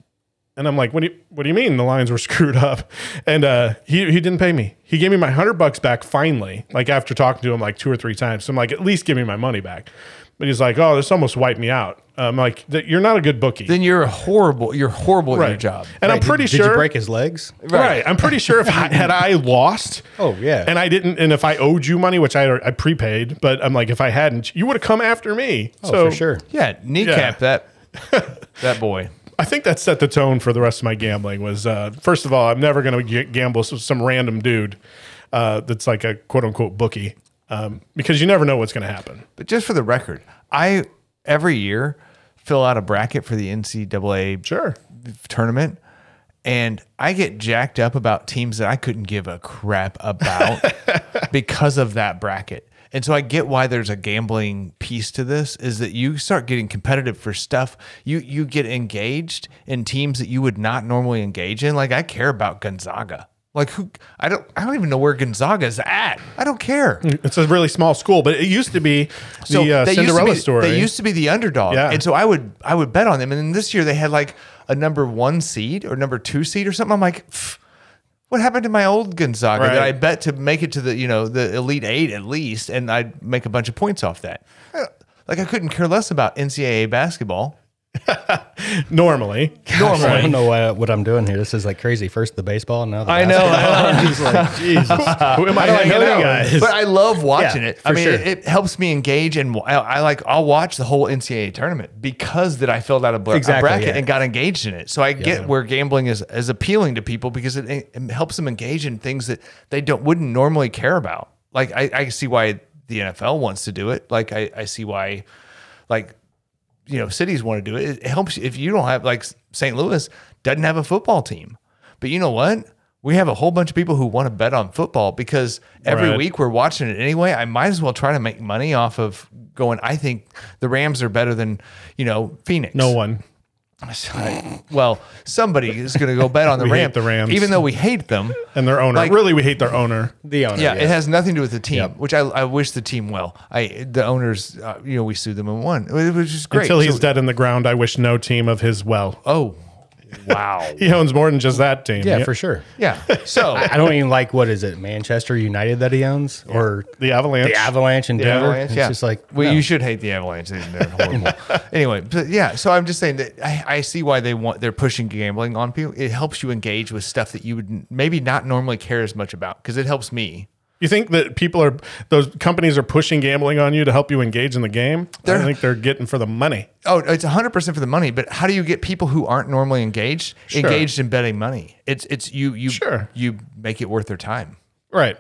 [SPEAKER 2] And I'm like, what do you what do you mean the lines were screwed up? And uh, he he didn't pay me. He gave me my hundred bucks back finally, like after talking to him like two or three times. So I'm like, at least give me my money back. But he's like, oh, this almost wiped me out. I'm like, "Th- you're not a good bookie.
[SPEAKER 3] Then you're a horrible. You're horrible at your job.
[SPEAKER 2] And I'm
[SPEAKER 4] Did-
[SPEAKER 2] pretty
[SPEAKER 4] did
[SPEAKER 2] sure
[SPEAKER 4] you break his legs?
[SPEAKER 2] Right. I'm pretty sure if I, had I lost,
[SPEAKER 4] Oh, yeah.
[SPEAKER 2] and I didn't, and if I owed you money, which I I prepaid, but I'm like, if I hadn't, you would have come after me.
[SPEAKER 4] Oh,
[SPEAKER 2] so
[SPEAKER 4] for sure.
[SPEAKER 3] Yeah, kneecap that that boy.
[SPEAKER 2] I think that set the tone for the rest of my gambling. Was uh, first of all, I'm never going to gamble with some random dude uh, that's like a quote unquote bookie um, because you never know what's going to happen.
[SPEAKER 3] But just for the record, I every year fill out a bracket for the NCAA
[SPEAKER 2] Sure.
[SPEAKER 3] tournament, and I get jacked up about teams that I couldn't give a crap about because of that bracket. And so I get why there's a gambling piece to this is that you start getting competitive for stuff. You you get engaged in teams that you would not normally engage in. Like I care about Gonzaga. Like who I don't I don't even know where Gonzaga's at. I don't care
[SPEAKER 2] It's a really small school, but it used to be the uh,
[SPEAKER 3] they used to
[SPEAKER 2] Cinderella
[SPEAKER 3] be-
[SPEAKER 2] story.
[SPEAKER 3] They used to be the underdog,
[SPEAKER 2] Yeah.
[SPEAKER 3] and so I would I would bet on them. And then this year they had like a number one seed or number two seed or something. I'm like, "Pff, what happened to my old Gonzaga that
[SPEAKER 2] Right.
[SPEAKER 3] I bet to make it to the you know the elite eight at least, and I'd make a bunch of points off that. I- Like I couldn't care less about NCAA basketball.
[SPEAKER 2] normally.
[SPEAKER 4] I don't know why, what I'm doing here. This is like crazy. First the baseball, now the
[SPEAKER 3] know.
[SPEAKER 2] Jesus. Who am I
[SPEAKER 3] I
[SPEAKER 2] hanging out
[SPEAKER 3] know that
[SPEAKER 2] guys?
[SPEAKER 3] one. But I love watching
[SPEAKER 2] Yeah,
[SPEAKER 3] it. I
[SPEAKER 2] for
[SPEAKER 3] mean,
[SPEAKER 2] sure.
[SPEAKER 3] it, it helps me engage, and I, I like I'll watch the whole NCAA tournament because that I filled out a, bra- a
[SPEAKER 4] Exactly,
[SPEAKER 3] bracket
[SPEAKER 4] yeah.
[SPEAKER 3] and got engaged in it. So I get where gambling is is appealing to people because it, it helps them engage in things that they don't wouldn't normally care about. Like I, I see why the NFL wants to do it. Like I, I see why, like you know cities want to do it. It helps if you don't have like St. Louis doesn't have a football team, but you know what? We have a whole bunch of people who want to bet on football because every
[SPEAKER 2] Right.
[SPEAKER 3] week we're watching it anyway. I might as well try to make money off of going. I think the Rams are better than you know Phoenix.
[SPEAKER 2] no one.
[SPEAKER 3] well, somebody is going to go bet on the
[SPEAKER 2] We hate
[SPEAKER 3] Rams.
[SPEAKER 2] the Rams.
[SPEAKER 3] even though we hate them.
[SPEAKER 2] And their owner.
[SPEAKER 3] Like-
[SPEAKER 2] really, we hate their owner.
[SPEAKER 4] the owner.
[SPEAKER 3] Yeah, it has nothing to do with the team,
[SPEAKER 4] Yep.
[SPEAKER 3] which I, I wish the team well. I the owners, uh, you know, we sued them and won, It was just great.
[SPEAKER 2] Until he's
[SPEAKER 3] So-
[SPEAKER 2] dead in the ground, I wish no team of his well.
[SPEAKER 3] Oh, wow.
[SPEAKER 2] He owns more than just that team.
[SPEAKER 4] yeah, for sure.
[SPEAKER 3] yeah. So
[SPEAKER 4] I don't even like what is it, Manchester United that he owns or
[SPEAKER 2] The Avalanche.
[SPEAKER 4] the Avalanche in Denver.
[SPEAKER 3] Avalanche,
[SPEAKER 4] it's
[SPEAKER 3] yeah.
[SPEAKER 4] just like
[SPEAKER 3] well,
[SPEAKER 4] no.
[SPEAKER 3] you should hate the Avalanche. They- They're horrible. anyway, but yeah. So I'm just saying that I, I see why they want they're pushing gambling on people. It helps you engage with stuff that you would n- maybe not normally care as much about because it helps me.
[SPEAKER 2] You think that people are those companies are pushing gambling on you to help you engage in the game? I
[SPEAKER 3] They're-
[SPEAKER 2] think they're getting for the money.
[SPEAKER 3] Oh, it's 100% for the money, but how do you get people who aren't normally engaged engaged in betting money? It's it's you you
[SPEAKER 2] Sure.
[SPEAKER 3] you make it worth their time.
[SPEAKER 2] Right.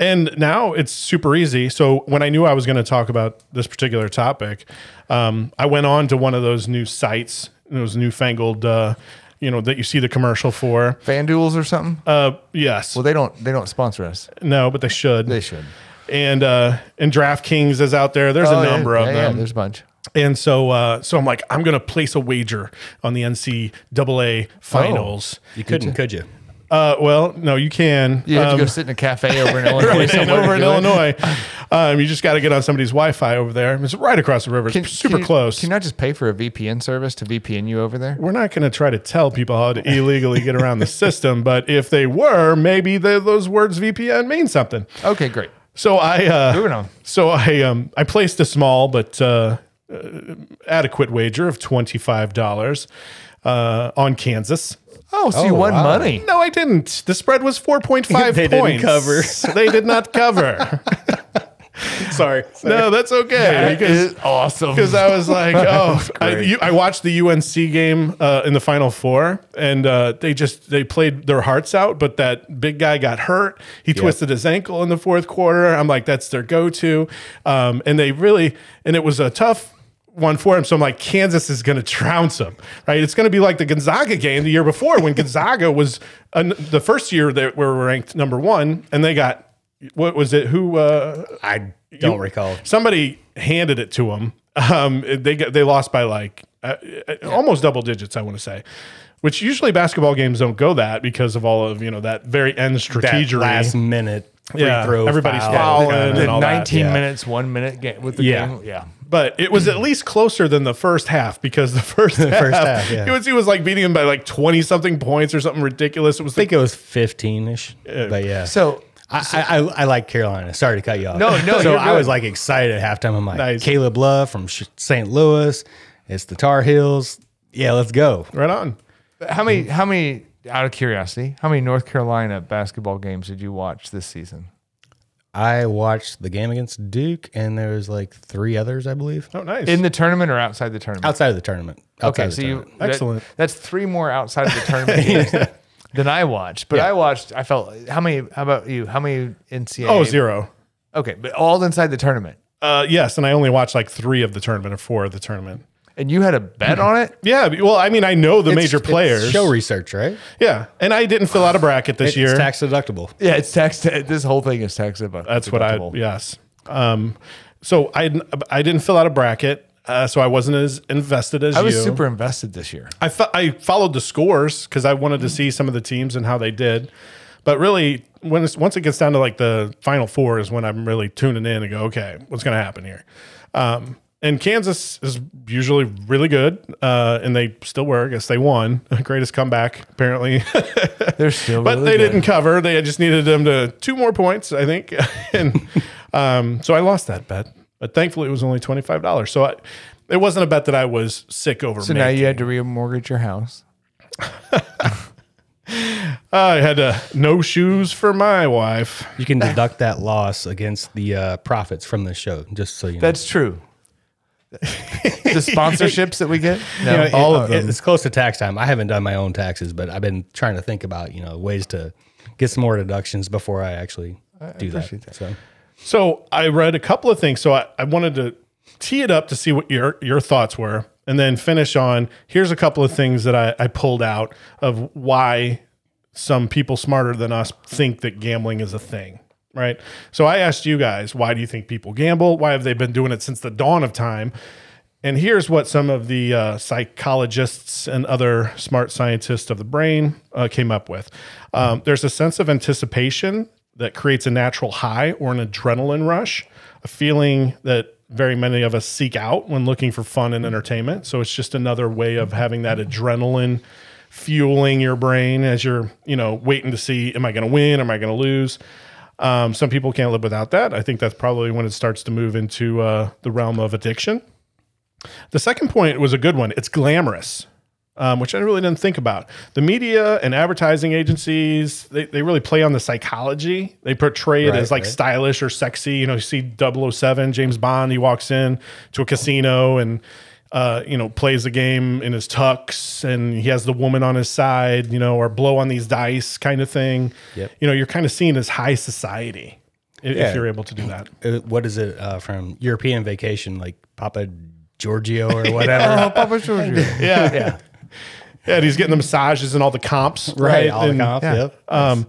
[SPEAKER 2] And now it's super easy. So when I knew I was going to talk about this particular topic, um, I went on to one of those new sites, those newfangled, uh, you know, that you see the commercial for.
[SPEAKER 3] FanDuels or something?
[SPEAKER 2] Uh, yes.
[SPEAKER 3] well, they don't they don't sponsor us.
[SPEAKER 2] no, but they should.
[SPEAKER 3] They should.
[SPEAKER 2] And uh, and DraftKings is out there. There's
[SPEAKER 3] Oh,
[SPEAKER 2] a
[SPEAKER 3] yeah,
[SPEAKER 2] number of
[SPEAKER 3] yeah,
[SPEAKER 2] them.
[SPEAKER 3] Yeah, there's a bunch.
[SPEAKER 2] And so, uh, so I'm like, I'm gonna place a wager on the NCAA finals.
[SPEAKER 4] you couldn't, could you?
[SPEAKER 2] Uh, well, no, you can.
[SPEAKER 3] Oh. You have
[SPEAKER 2] Um,
[SPEAKER 3] to go sit in a cafe over in Illinois.
[SPEAKER 2] right,
[SPEAKER 3] somewhere to
[SPEAKER 2] over in
[SPEAKER 3] do it.
[SPEAKER 2] Illinois, um, you just got to get on somebody's Wi-Fi over there. It's right across the river. It's
[SPEAKER 3] Can-
[SPEAKER 2] super
[SPEAKER 3] can you-
[SPEAKER 2] close.
[SPEAKER 3] Can you not just pay for a VPN service to VPN you over there?
[SPEAKER 2] We're not going to try to tell people how to illegally get around the system, but if they were, maybe the, those words VPN mean something.
[SPEAKER 3] Okay, great.
[SPEAKER 2] So I uh,
[SPEAKER 3] Moving on.
[SPEAKER 2] So I um I placed a small but uh, uh, adequate wager of twenty five dollars uh, on Kansas.
[SPEAKER 3] Oh, so you
[SPEAKER 4] Oh,
[SPEAKER 3] won
[SPEAKER 4] wow.
[SPEAKER 3] money.
[SPEAKER 2] No, I didn't. The spread was four point five.
[SPEAKER 4] They didn't
[SPEAKER 2] points.
[SPEAKER 4] cover.
[SPEAKER 2] they did not cover.
[SPEAKER 4] Sorry.
[SPEAKER 2] no, that's okay. because-
[SPEAKER 3] is awesome.
[SPEAKER 2] because I was like, oh, I, you, I watched the UNC game uh, in the Final Four, and uh, they just they played their hearts out, but that big guy got hurt. He twisted his ankle in the fourth quarter. I'm like, that's their go-to, um, and they really and it was a tough. One for him, so I'm like Kansas is going to trounce him, right? It's going to be like the Gonzaga game the year before when Gonzaga was an, the first year that we were ranked number one, and they got what was it? Who uh,
[SPEAKER 4] I don't recall.
[SPEAKER 2] somebody handed it to them. Um, they got, they lost by like uh, uh, almost double digits, I want to say, which usually basketball games don't go that because of all of you know that very end
[SPEAKER 4] That
[SPEAKER 2] strategery.
[SPEAKER 4] last minute free
[SPEAKER 2] Yeah,
[SPEAKER 4] throw.
[SPEAKER 2] everybody's
[SPEAKER 4] foul,
[SPEAKER 2] fouling
[SPEAKER 4] kinda.
[SPEAKER 2] and all that,
[SPEAKER 3] 19
[SPEAKER 4] yeah.
[SPEAKER 3] minutes, one minute game with the
[SPEAKER 2] Yeah.
[SPEAKER 3] game. Yeah.
[SPEAKER 2] but it was at least closer than the first half because the first half,
[SPEAKER 4] first half, yeah.
[SPEAKER 2] it was he was like beating him by like twenty something points or something ridiculous. It was
[SPEAKER 4] I
[SPEAKER 2] like,
[SPEAKER 4] think it was 15 ish. But yeah.
[SPEAKER 3] So
[SPEAKER 4] I, I, I- I like Carolina. Sorry to cut you off.
[SPEAKER 3] No, no,
[SPEAKER 4] So
[SPEAKER 3] you're
[SPEAKER 4] I
[SPEAKER 3] good.
[SPEAKER 4] was like excited at halftime. I'm like,
[SPEAKER 2] Nice.
[SPEAKER 4] Caleb Love from Sh- St. Louis. It's the Tar Heels. Yeah, let's go.
[SPEAKER 2] right on.
[SPEAKER 3] how many how many out of curiosity, how many North Carolina basketball games did you watch this season?
[SPEAKER 4] I watched the game against Duke, and there was like three others, I believe,
[SPEAKER 2] Oh, nice.
[SPEAKER 3] in the tournament or outside the tournament?
[SPEAKER 4] outside of the tournament. Outside
[SPEAKER 3] okay,
[SPEAKER 4] of the
[SPEAKER 3] so you
[SPEAKER 4] tournament.
[SPEAKER 3] that-
[SPEAKER 2] Excellent.
[SPEAKER 3] that's three more outside of the tournament games than I watched. But I watched. I felt how many? How about you? How many NCAA?
[SPEAKER 2] oh, zero.
[SPEAKER 3] Okay, but all inside the tournament.
[SPEAKER 2] Uh, yes, and I only watched like three of the tournament or four of the tournament.
[SPEAKER 3] And you had a bet on it.
[SPEAKER 2] Yeah, well, I mean, I know the major
[SPEAKER 4] It's
[SPEAKER 2] players.
[SPEAKER 4] show research, right?
[SPEAKER 2] yeah, and I didn't fill out a bracket this
[SPEAKER 4] It's
[SPEAKER 2] year.
[SPEAKER 4] tax deductible.
[SPEAKER 3] Yeah, it's tax. This whole thing is tax deductible.
[SPEAKER 2] That's what I yes. Um, so I I didn't fill out a bracket, uh, so I wasn't as invested as
[SPEAKER 3] I was
[SPEAKER 2] you.
[SPEAKER 3] super invested this year.
[SPEAKER 2] I fo- I followed the scores because I wanted to see some of the teams and how they did. But really, when it's, once it gets down to like the final four, is when I'm really tuning in and go, okay, what's going to happen here? Um, and Kansas is usually really good, uh, and they still were. I guess they won. Greatest comeback, apparently.
[SPEAKER 3] They're still,
[SPEAKER 2] but
[SPEAKER 3] really
[SPEAKER 2] they
[SPEAKER 3] good.
[SPEAKER 2] didn't cover. They just needed them to two more points, I think. and um, so I lost that bet, but thankfully it was only twenty five dollars. So I, it wasn't a bet that I was sick over.
[SPEAKER 3] So now you had to remortgage your house.
[SPEAKER 2] I had uh, no shoes for my wife.
[SPEAKER 4] You can deduct that loss against the uh, profits from the show, just so you know.
[SPEAKER 3] That's true. the sponsorships that we get, no,
[SPEAKER 4] You know, it-
[SPEAKER 3] all of
[SPEAKER 4] it-
[SPEAKER 3] them.
[SPEAKER 4] It's close to tax time. I haven't done my own taxes, but I've been trying to think about you know ways to get some more deductions before I actually do that. So
[SPEAKER 2] So I read a couple of things. So I, I wanted to tee it up to see what your your thoughts were, and then finish on here's a couple of things that I, I pulled out of why some people smarter than us think that gambling is a thing. Right. So I asked you guys, why do you think people gamble? Why have they been doing it since the dawn of time? And here's what some of the uh, psychologists and other smart scientists of the brain uh, came up with. Um, there's a sense of anticipation that creates a natural high or an adrenaline rush, a feeling that very many of us seek out when looking for fun and entertainment. So it's just another way of having that adrenaline fueling your brain as you're, you know, waiting to see, am I going to win? Am I going to lose? Um, some people can't live without that. I think that's probably when it starts to move into uh, the realm of addiction. The second point was a good one. It's glamorous, um, which I really didn't think about. The media and advertising agencies, they, they really play on the psychology. They portray it as like stylish or sexy. You know, you see 007, James Bond, he walks in to a casino and, uh, you know, plays the game in his tux and he has the woman on his side, you know, or blow on these dice kind of thing.
[SPEAKER 4] Yep.
[SPEAKER 2] You know, you're kind of seen as high society i- if,
[SPEAKER 4] Yeah.
[SPEAKER 2] you're able to do that.
[SPEAKER 4] uh, what is it uh, from European Vacation, like Papa Giorgio or whatever?
[SPEAKER 3] Oh, Papa Giorgio.
[SPEAKER 2] Yeah. yeah. Yeah, and he's getting the massages and all the comps, right?
[SPEAKER 4] right, all
[SPEAKER 2] And-
[SPEAKER 4] the comp,
[SPEAKER 3] yeah.
[SPEAKER 4] Yep.
[SPEAKER 2] Um,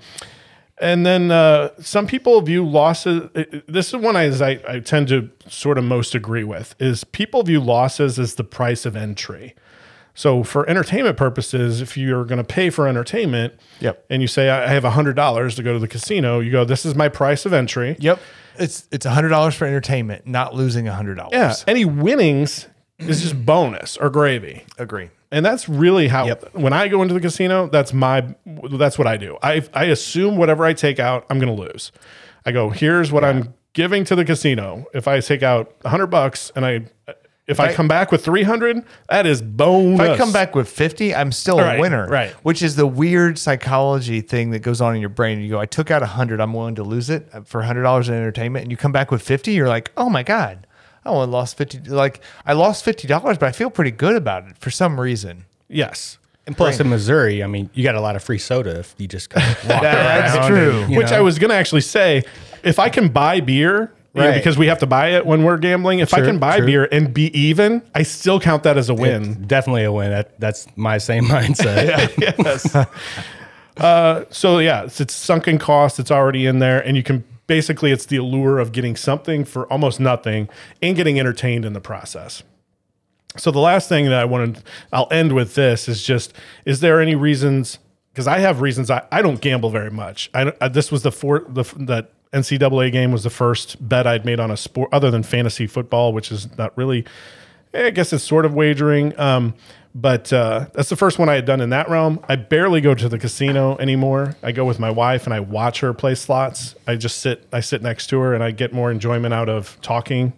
[SPEAKER 2] And then uh, some people view losses. uh, This is one I, I I tend to sort of most agree with is people view losses as the price of entry. So for entertainment purposes, if you're going to pay for entertainment,
[SPEAKER 3] Yep.
[SPEAKER 2] and you say I I have hundred dollars to go to the casino, you go, this is my price of entry.
[SPEAKER 3] Yep. It's it's hundred dollars for entertainment, not losing hundred dollars.
[SPEAKER 2] Yeah, any winnings is just bonus or gravy.
[SPEAKER 3] agree.
[SPEAKER 2] And that's really how when I go into the casino, that's my that's what I do. I I assume whatever I take out, I'm going to lose. I go, here's what I'm giving to the casino. If I take out 100 bucks and I if, I,
[SPEAKER 3] I-
[SPEAKER 2] come back with 300, that is bonus.
[SPEAKER 3] If I come back with fifty, I'm still
[SPEAKER 2] Right,
[SPEAKER 3] a winner.
[SPEAKER 2] right.
[SPEAKER 3] Which is the weird psychology thing that goes on in your brain. You go, I took out hundred. I'm willing to lose it uh, for hundred dollars in entertainment, and you come back with fifty. You're like, oh my god, I only lost fifty. Like I lost fifty dollars, but I feel pretty good about it for some reason.
[SPEAKER 2] yes.
[SPEAKER 4] and plus, in Missouri, I mean, you got a lot of free soda if you just kind of walk
[SPEAKER 3] That's
[SPEAKER 4] around
[SPEAKER 3] true.
[SPEAKER 4] and, you
[SPEAKER 2] Which
[SPEAKER 4] know.
[SPEAKER 2] I was going to actually say, if I can buy beer you know,
[SPEAKER 4] Right.
[SPEAKER 2] because we have to buy it when we're gambling. If I
[SPEAKER 4] True,
[SPEAKER 2] can buy
[SPEAKER 4] true.
[SPEAKER 2] beer and be even, I still count that as a win.
[SPEAKER 4] It's definitely a win. That, that's my same mindset.
[SPEAKER 2] yes. uh, so yeah, it's, it's sunken cost. It's already in there, and you can basically it's the allure of getting something for almost nothing and getting entertained in the process. So the last thing that I wanted, I'll end with this is just: is there any reasons? Because I have reasons I, I don't gamble very much. I, don't- I- this was the four the f- that NCAA game was the first bet I'd made on a sport other than fantasy football, which is not really. eh, I guess it's sort of wagering, um, but uh, that's the first one I had done in that realm. I barely go to the casino anymore. I go with my wife and I watch her play slots. I just sit, I sit next to her, and I get more enjoyment out of talking.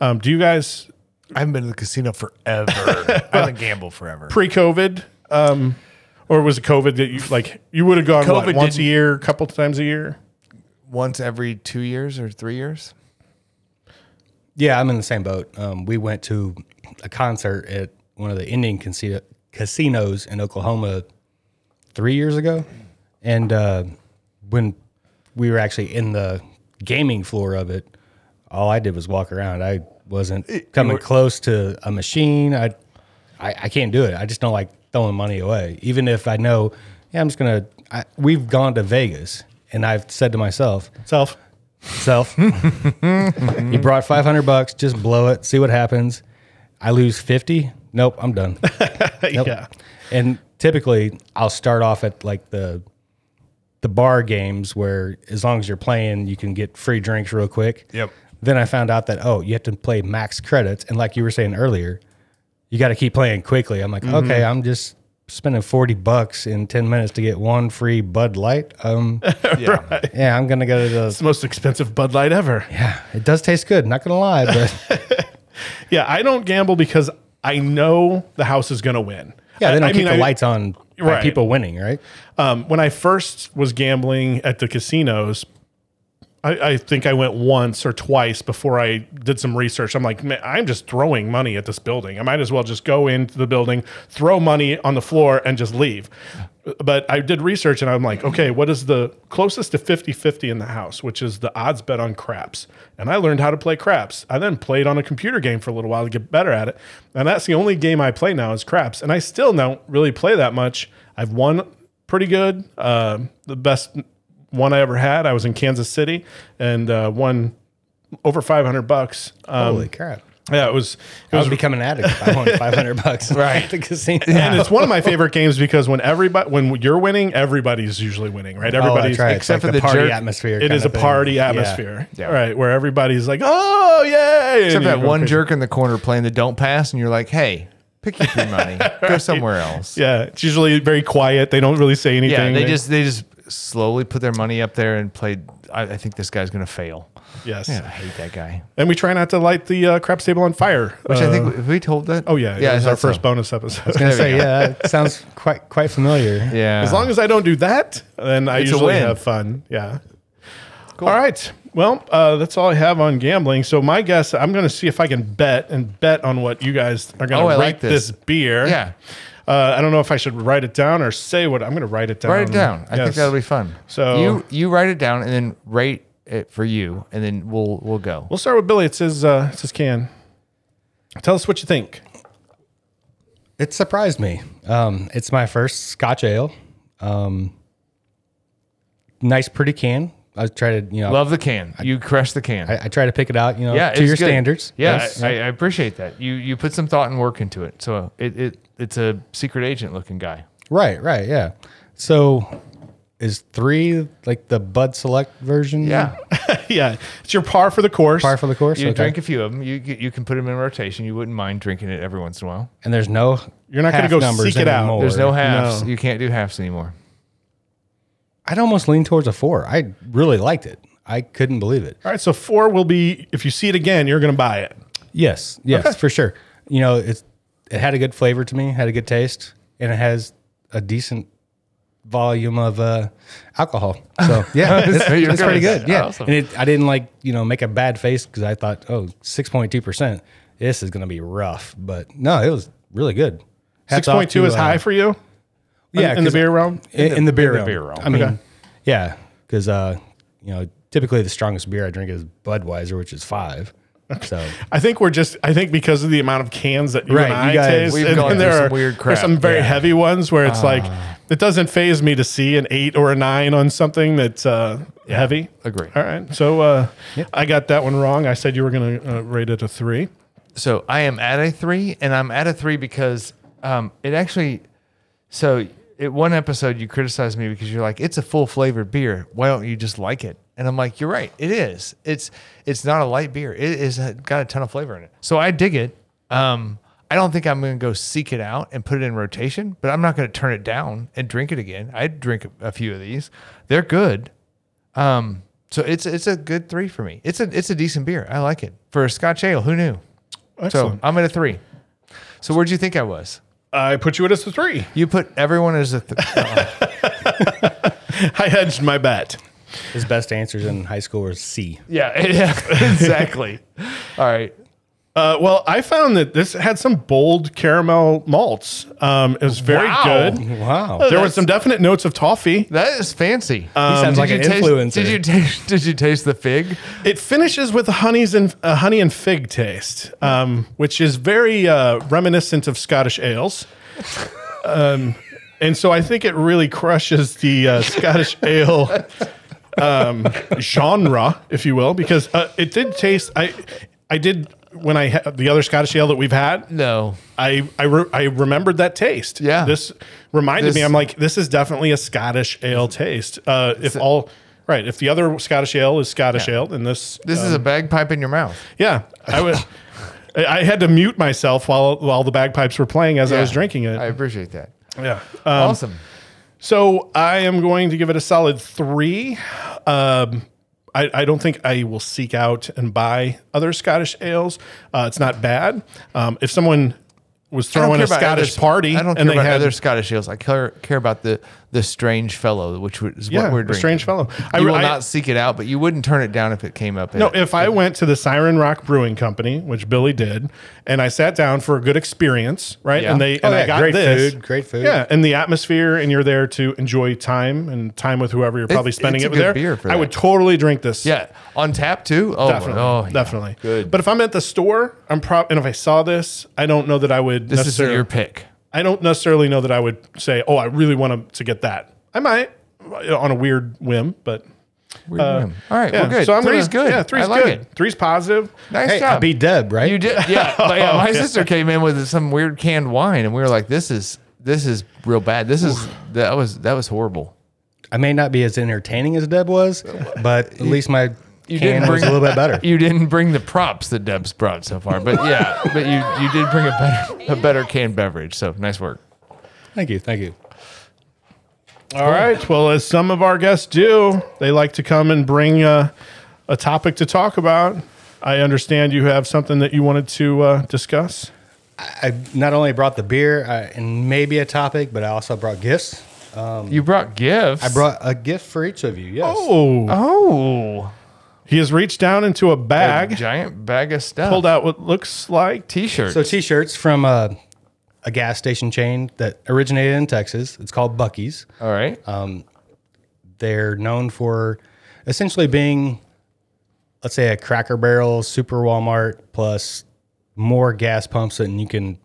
[SPEAKER 2] Um, do you guys
[SPEAKER 3] I haven't been to the casino forever. I haven't gambled forever.
[SPEAKER 2] pre-COVID, um, or was it COVID that you like you would have gone what,
[SPEAKER 3] COVID
[SPEAKER 2] once a
[SPEAKER 3] didn't-
[SPEAKER 2] year, a couple times a year?
[SPEAKER 3] once every two years or three years.
[SPEAKER 4] Yeah, I'm in the same boat. Um, we went to a concert at one of the Indian casino- casinos in Oklahoma three years ago, and uh, when we were actually in the gaming floor of it, all I did was walk around. I wasn't coming close to a machine. I, I, I can't do it. I just don't like throwing money away, even if I know. Yeah, I'm just gonna. I, we've gone to Vegas, and I've said to myself,
[SPEAKER 2] Self.
[SPEAKER 4] self. you brought 500 bucks, just blow it, see what happens. I lose 50. Nope, I'm done. Nope.
[SPEAKER 2] Yeah.
[SPEAKER 4] And typically I'll start off at like the the bar games where as long as you're playing, you can get free drinks real quick.
[SPEAKER 3] Yep.
[SPEAKER 4] Then I found out that oh, you have to play max credits and like you were saying earlier, you got to keep playing quickly. I'm like, okay, I'm just spending 40 bucks in 10 minutes to get one free Bud Light. Um
[SPEAKER 3] Yeah.
[SPEAKER 4] yeah, I'm going to go to the
[SPEAKER 2] It's the most expensive Bud Light ever.
[SPEAKER 4] yeah, it does taste good. Not gonna lie, but
[SPEAKER 2] Yeah, I don't gamble because I know the house is going to win.
[SPEAKER 4] yeah, they
[SPEAKER 2] I-
[SPEAKER 4] don't
[SPEAKER 2] I
[SPEAKER 4] keep
[SPEAKER 2] mean,
[SPEAKER 4] the
[SPEAKER 2] I-
[SPEAKER 4] lights on by
[SPEAKER 2] Right.
[SPEAKER 4] people winning, right?
[SPEAKER 2] Um, when I first was gambling at the casinos, I, I think I went once or twice before I did some research. I'm like, man, I'm just throwing money at this building. I might as well just go into the building, throw money on the floor, and just leave. But I did research and I'm like, okay, what is the closest to 50 50 in the house, which is the odds bet on craps? And I learned how to play craps. I then played on a computer game for a little while to get better at it. And that's the only game I play now is craps. And I still don't really play that much. I've won pretty good. Uh, the best one I ever had. I was in Kansas City and uh, won over 500 bucks. Um,
[SPEAKER 4] Holy crap!
[SPEAKER 2] yeah, it was. It
[SPEAKER 4] I
[SPEAKER 2] was
[SPEAKER 4] was becoming an addict. if I won five hundred bucks, right? At the casino.
[SPEAKER 2] and it's one of my favorite games because when everybody when you're winning, everybody's usually winning, right?
[SPEAKER 4] Oh,
[SPEAKER 2] Everybody's
[SPEAKER 4] that's right.
[SPEAKER 3] except
[SPEAKER 4] It's like
[SPEAKER 3] for the
[SPEAKER 4] party
[SPEAKER 3] jerk-
[SPEAKER 4] atmosphere.
[SPEAKER 2] It
[SPEAKER 4] kind
[SPEAKER 2] is a
[SPEAKER 4] of thing.
[SPEAKER 2] party
[SPEAKER 4] Yeah.
[SPEAKER 2] atmost,er
[SPEAKER 3] Yeah.
[SPEAKER 2] right? Where everybody's like, "Oh, yay!"
[SPEAKER 3] Except that one jerk in the corner playing the don't pass, and you're like, hey, pick up your money, go somewhere else.
[SPEAKER 2] Yeah, it's usually very quiet. They don't really say anything.
[SPEAKER 3] Yeah, they just they just slowly put their money up there and played. I, I think this guy's gonna fail.
[SPEAKER 2] yes.
[SPEAKER 3] Yeah, I hate that guy.
[SPEAKER 2] And we try not to light the uh, craps table on fire,
[SPEAKER 3] Which I
[SPEAKER 2] Uh,
[SPEAKER 3] think have we told that.
[SPEAKER 2] oh yeah, yeah,
[SPEAKER 3] yeah,
[SPEAKER 2] it was
[SPEAKER 3] I
[SPEAKER 2] our
[SPEAKER 3] thought so.
[SPEAKER 2] first bonus episode.
[SPEAKER 4] I was gonna say, yeah, that sounds quite quite familiar.
[SPEAKER 3] Yeah,
[SPEAKER 2] As long as I don't do that, then I
[SPEAKER 3] It's a
[SPEAKER 2] usually
[SPEAKER 3] win.
[SPEAKER 2] have fun. Yeah. All right. Well, uh, that's all I have on gambling. So my guess, I'm going to see if I can bet and bet on what you guys are going
[SPEAKER 3] Oh,
[SPEAKER 2] to
[SPEAKER 3] I
[SPEAKER 2] rate
[SPEAKER 3] like
[SPEAKER 2] this.
[SPEAKER 3] this.
[SPEAKER 2] beer.
[SPEAKER 3] Yeah.
[SPEAKER 2] Uh, I don't know if I should write it down or say what I'm going to write it down.
[SPEAKER 3] write it down. I think
[SPEAKER 2] Um, Yes.
[SPEAKER 3] that'll be fun.
[SPEAKER 2] So-
[SPEAKER 3] you you write it down and then rate it for you, and then we'll we'll go.
[SPEAKER 2] We'll start with Billy. It says, uh, it says can. Tell us what you think.
[SPEAKER 4] It surprised me. Um, it's my first Scotch ale. Um, nice, pretty can. I try to, you
[SPEAKER 2] uh,
[SPEAKER 4] know,
[SPEAKER 3] Love the can. you crush the can.
[SPEAKER 4] I, I try to pick it out, you know,
[SPEAKER 3] yeah, it's
[SPEAKER 4] to your
[SPEAKER 3] good.
[SPEAKER 4] standards.
[SPEAKER 3] Yeah,
[SPEAKER 4] Yes.
[SPEAKER 3] I, I appreciate that. You you put some thought and work into it. So it, it it's a secret agent looking guy.
[SPEAKER 4] Right, right, yeah. So is three like the Bud Select version?
[SPEAKER 2] yeah. It's your par for the course.
[SPEAKER 4] Par for the course?
[SPEAKER 3] you
[SPEAKER 4] Okay.
[SPEAKER 3] drink a few of them. You you can put them in rotation. You wouldn't mind drinking it every once in a while.
[SPEAKER 4] and there's no
[SPEAKER 2] You're not gonna
[SPEAKER 4] half
[SPEAKER 2] go seek it out.
[SPEAKER 3] There's no halves.
[SPEAKER 2] No.
[SPEAKER 3] You can't do halves anymore.
[SPEAKER 4] I'd almost lean towards a four. I really liked it. I couldn't believe it.
[SPEAKER 2] all right. So four will be, if you see it again, you're going to buy it.
[SPEAKER 4] Yes, yes, for sure. You know, it's it had a good flavor to me, had a good taste, and it has a decent volume of uh, alcohol. So yeah, it's,
[SPEAKER 3] you're
[SPEAKER 4] it's pretty
[SPEAKER 3] good.
[SPEAKER 4] good. Yeah,
[SPEAKER 3] Awesome.
[SPEAKER 4] and it, I didn't like you know make a bad face because I thought oh 6.2 percent this is gonna be rough, but no, it was really good. Hats off
[SPEAKER 2] 6.2
[SPEAKER 4] to,
[SPEAKER 2] is
[SPEAKER 4] uh,
[SPEAKER 2] high for you?
[SPEAKER 4] Yeah,
[SPEAKER 2] In, in the
[SPEAKER 4] 'cause-
[SPEAKER 2] beer realm?
[SPEAKER 4] in, in the beer
[SPEAKER 3] the
[SPEAKER 4] realm.
[SPEAKER 3] beer realm.
[SPEAKER 4] I mean,
[SPEAKER 2] Okay.
[SPEAKER 4] yeah, because uh, you know typically the strongest beer I drink is Budweiser, which is five. So
[SPEAKER 2] I think we're just. I think because of the amount of cans that you
[SPEAKER 4] Right,
[SPEAKER 2] and
[SPEAKER 4] you
[SPEAKER 2] I
[SPEAKER 4] guys-
[SPEAKER 2] taste,
[SPEAKER 3] we've
[SPEAKER 2] and,
[SPEAKER 3] gone
[SPEAKER 2] and
[SPEAKER 3] through
[SPEAKER 2] there
[SPEAKER 3] some
[SPEAKER 2] are
[SPEAKER 3] weird
[SPEAKER 2] there's
[SPEAKER 3] crap. Ah.
[SPEAKER 2] some very heavy ones where it's like it doesn't phase me to see an eight or a nine on something that's uh, heavy.
[SPEAKER 3] agree.
[SPEAKER 2] All right, so uh, I got that one wrong. I said you were going to uh, rate it a three.
[SPEAKER 3] So I am at a three, and I'm at a three because um, it actually. So at one episode, you criticized me because you're like, "It's a full flavored beer. Why don't you just like it?" And I'm like, "You're right. It is. It's it's not a light beer. It is uh, got a ton of flavor in it. So I dig it. Um, I don't think I'm going to go seek it out and put it in rotation, but I'm not going to turn it down and drink it again. I'd drink a, a few of these. They're good. Um, so it's it's a good three for me. It's a it's a decent beer. I like it for a Scotch ale. Who knew?
[SPEAKER 2] Excellent.
[SPEAKER 3] So I'm at a three. So where'd you think I was?
[SPEAKER 2] I put you at a three.
[SPEAKER 3] uh, You put everyone as a th-
[SPEAKER 2] I hedged my bet.
[SPEAKER 4] His best answers in high school were C.
[SPEAKER 3] Yeah, yeah, exactly. All right.
[SPEAKER 2] Uh, well, I found that this had some bold caramel malts. Um, it was very
[SPEAKER 3] Wow.
[SPEAKER 2] good.
[SPEAKER 4] Wow.
[SPEAKER 2] There were some definite notes of toffee.
[SPEAKER 3] That is fancy.
[SPEAKER 2] Um,
[SPEAKER 4] he sounds like an
[SPEAKER 3] Did you taste-
[SPEAKER 4] influencer.
[SPEAKER 3] Did you taste? Did you taste the fig?
[SPEAKER 2] It finishes with honeys and a honey and fig taste, um, which is very uh, reminiscent of Scottish ales. Um, and so I think it really crushes the uh, Scottish ale um, genre, if you will, because uh, it did taste. I I did when I had the other Scottish ale that we've had.
[SPEAKER 3] No.
[SPEAKER 2] I I, re- I remembered that taste.
[SPEAKER 3] Yeah.
[SPEAKER 2] this reminded me.
[SPEAKER 3] This-
[SPEAKER 2] I'm like, this is definitely a Scottish ale taste. Uh, if all right, if the other Scottish ale is Scottish ale, then this
[SPEAKER 3] This is a bagpipe in your mouth.
[SPEAKER 2] yeah, I would. I I had to mute myself while while the bagpipes were playing as I was drinking it.
[SPEAKER 3] I appreciate that.
[SPEAKER 2] yeah. um,
[SPEAKER 3] awesome.
[SPEAKER 2] So I am going to give it a solid three. Um, I, I don't think I will seek out and buy other Scottish ales. Uh, it's not bad. Um, if someone was
[SPEAKER 3] I don't
[SPEAKER 2] throwing
[SPEAKER 3] care
[SPEAKER 2] a
[SPEAKER 3] about
[SPEAKER 2] Scottish
[SPEAKER 3] other-
[SPEAKER 2] party
[SPEAKER 3] I don't care
[SPEAKER 2] and they
[SPEAKER 3] about
[SPEAKER 2] had
[SPEAKER 3] other Scottish ales. I care, care about the the strange fellow, which is
[SPEAKER 2] yeah,
[SPEAKER 3] what we're
[SPEAKER 2] a
[SPEAKER 3] drinking.
[SPEAKER 2] strange fellow. I,
[SPEAKER 3] I will
[SPEAKER 2] I-
[SPEAKER 3] not seek it out, but you wouldn't turn it down if it came up.
[SPEAKER 2] No, if I went to the Siren Rock Brewing Company, which Billy did, and I sat down for a good experience, right?
[SPEAKER 3] Yeah.
[SPEAKER 2] And they and
[SPEAKER 4] Oh, yeah,
[SPEAKER 2] I got
[SPEAKER 4] great
[SPEAKER 2] this.
[SPEAKER 4] food, great food.
[SPEAKER 2] Yeah, and the atmosphere, and you're there to enjoy time and time with whoever you're probably
[SPEAKER 3] It's-
[SPEAKER 2] spending
[SPEAKER 3] it's
[SPEAKER 2] it
[SPEAKER 3] a
[SPEAKER 2] with
[SPEAKER 3] good
[SPEAKER 2] there.
[SPEAKER 3] beer for
[SPEAKER 2] I
[SPEAKER 3] that.
[SPEAKER 2] would totally drink this.
[SPEAKER 3] yeah, on tap too. Oh,
[SPEAKER 2] Definitely,
[SPEAKER 3] oh, yeah.
[SPEAKER 2] definitely.
[SPEAKER 3] Good.
[SPEAKER 2] But if I'm at the store, I'm prob and if I saw this, I don't know that I would.
[SPEAKER 3] This is
[SPEAKER 2] necessarily,
[SPEAKER 3] your pick.
[SPEAKER 2] I don't necessarily know that I would say, "Oh, I really want to, to get that." I might on a weird whim, but
[SPEAKER 3] Weird name. All right, well, good.
[SPEAKER 2] So I'm
[SPEAKER 3] 3
[SPEAKER 2] gonna,
[SPEAKER 3] is good.
[SPEAKER 2] Yeah, three's
[SPEAKER 3] I like
[SPEAKER 2] good.
[SPEAKER 3] It.
[SPEAKER 2] Three's positive.
[SPEAKER 3] Nice
[SPEAKER 4] Hey,
[SPEAKER 3] job.
[SPEAKER 4] I beat Deb, right?
[SPEAKER 3] You did, yeah. But yeah, my sister came in with some weird canned wine, and we were like, "This is this is real bad. This is that was that was horrible."
[SPEAKER 4] I may not be as entertaining as Deb was, but at least my
[SPEAKER 3] You didn't
[SPEAKER 4] can was a
[SPEAKER 3] bring-
[SPEAKER 4] little bit better.
[SPEAKER 3] You didn't bring the props that Deb's brought so far, but yeah, but you you did bring a better a better canned beverage. So nice work.
[SPEAKER 4] Thank you, thank you.
[SPEAKER 2] All right. Well, as some of our guests do, they like to come and bring uh, a topic to talk about. I understand you have something that you wanted to uh, discuss.
[SPEAKER 4] I not only brought the beer I, and maybe a topic, but I also brought gifts.
[SPEAKER 3] You brought gifts.
[SPEAKER 4] I brought a gift for each of you. Yes.
[SPEAKER 2] Oh,
[SPEAKER 3] oh
[SPEAKER 2] he has reached down into a
[SPEAKER 3] a
[SPEAKER 2] bag,
[SPEAKER 3] giant bag of stuff.
[SPEAKER 2] pulled out what looks like. T-
[SPEAKER 3] t-shirt.
[SPEAKER 4] So t-shirts from a, a gas station chain that originated in Texas. It's called Bucky's.
[SPEAKER 3] All right.
[SPEAKER 4] They're known for essentially being, let's say, a Cracker Barrel, Super Walmart, plus more gas pumps than you can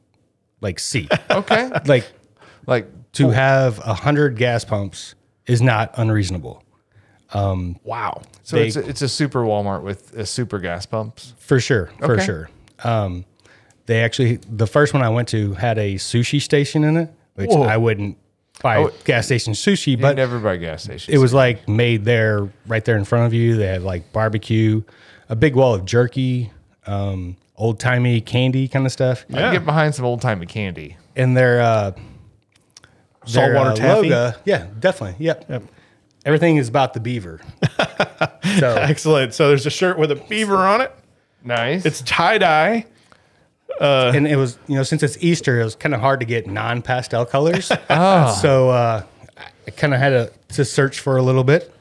[SPEAKER 4] like see.
[SPEAKER 3] okay.
[SPEAKER 4] like
[SPEAKER 3] like
[SPEAKER 4] to have a hundred gas pumps is not unreasonable
[SPEAKER 2] wow.
[SPEAKER 3] so it's a, it's a super Walmart with a super gas pumps.
[SPEAKER 4] for sure. For
[SPEAKER 3] Okay.
[SPEAKER 4] sure. Um, they actually the first one I went to had a sushi station in it, which I wouldn't buy gas station sushi,
[SPEAKER 3] But
[SPEAKER 4] but
[SPEAKER 3] never by gas stations.
[SPEAKER 4] it was like made there right there in front of you. They had like barbecue, a big wall of jerky, um, old timey candy kind of stuff.
[SPEAKER 3] I can get behind some old timey candy.
[SPEAKER 4] And their uh their,
[SPEAKER 2] Saltwater
[SPEAKER 4] uh,
[SPEAKER 2] taffy?
[SPEAKER 4] logo- Yeah, definitely. Yep. Everything is about the beaver. so
[SPEAKER 2] Excellent. So there's a shirt with a beaver on it.
[SPEAKER 3] Nice.
[SPEAKER 2] It's tie dye.
[SPEAKER 4] and it was you know, since it's Easter, it was kinda hard to get non pastel colors.
[SPEAKER 2] Ah.
[SPEAKER 4] So uh I kinda had to, to search for a little bit.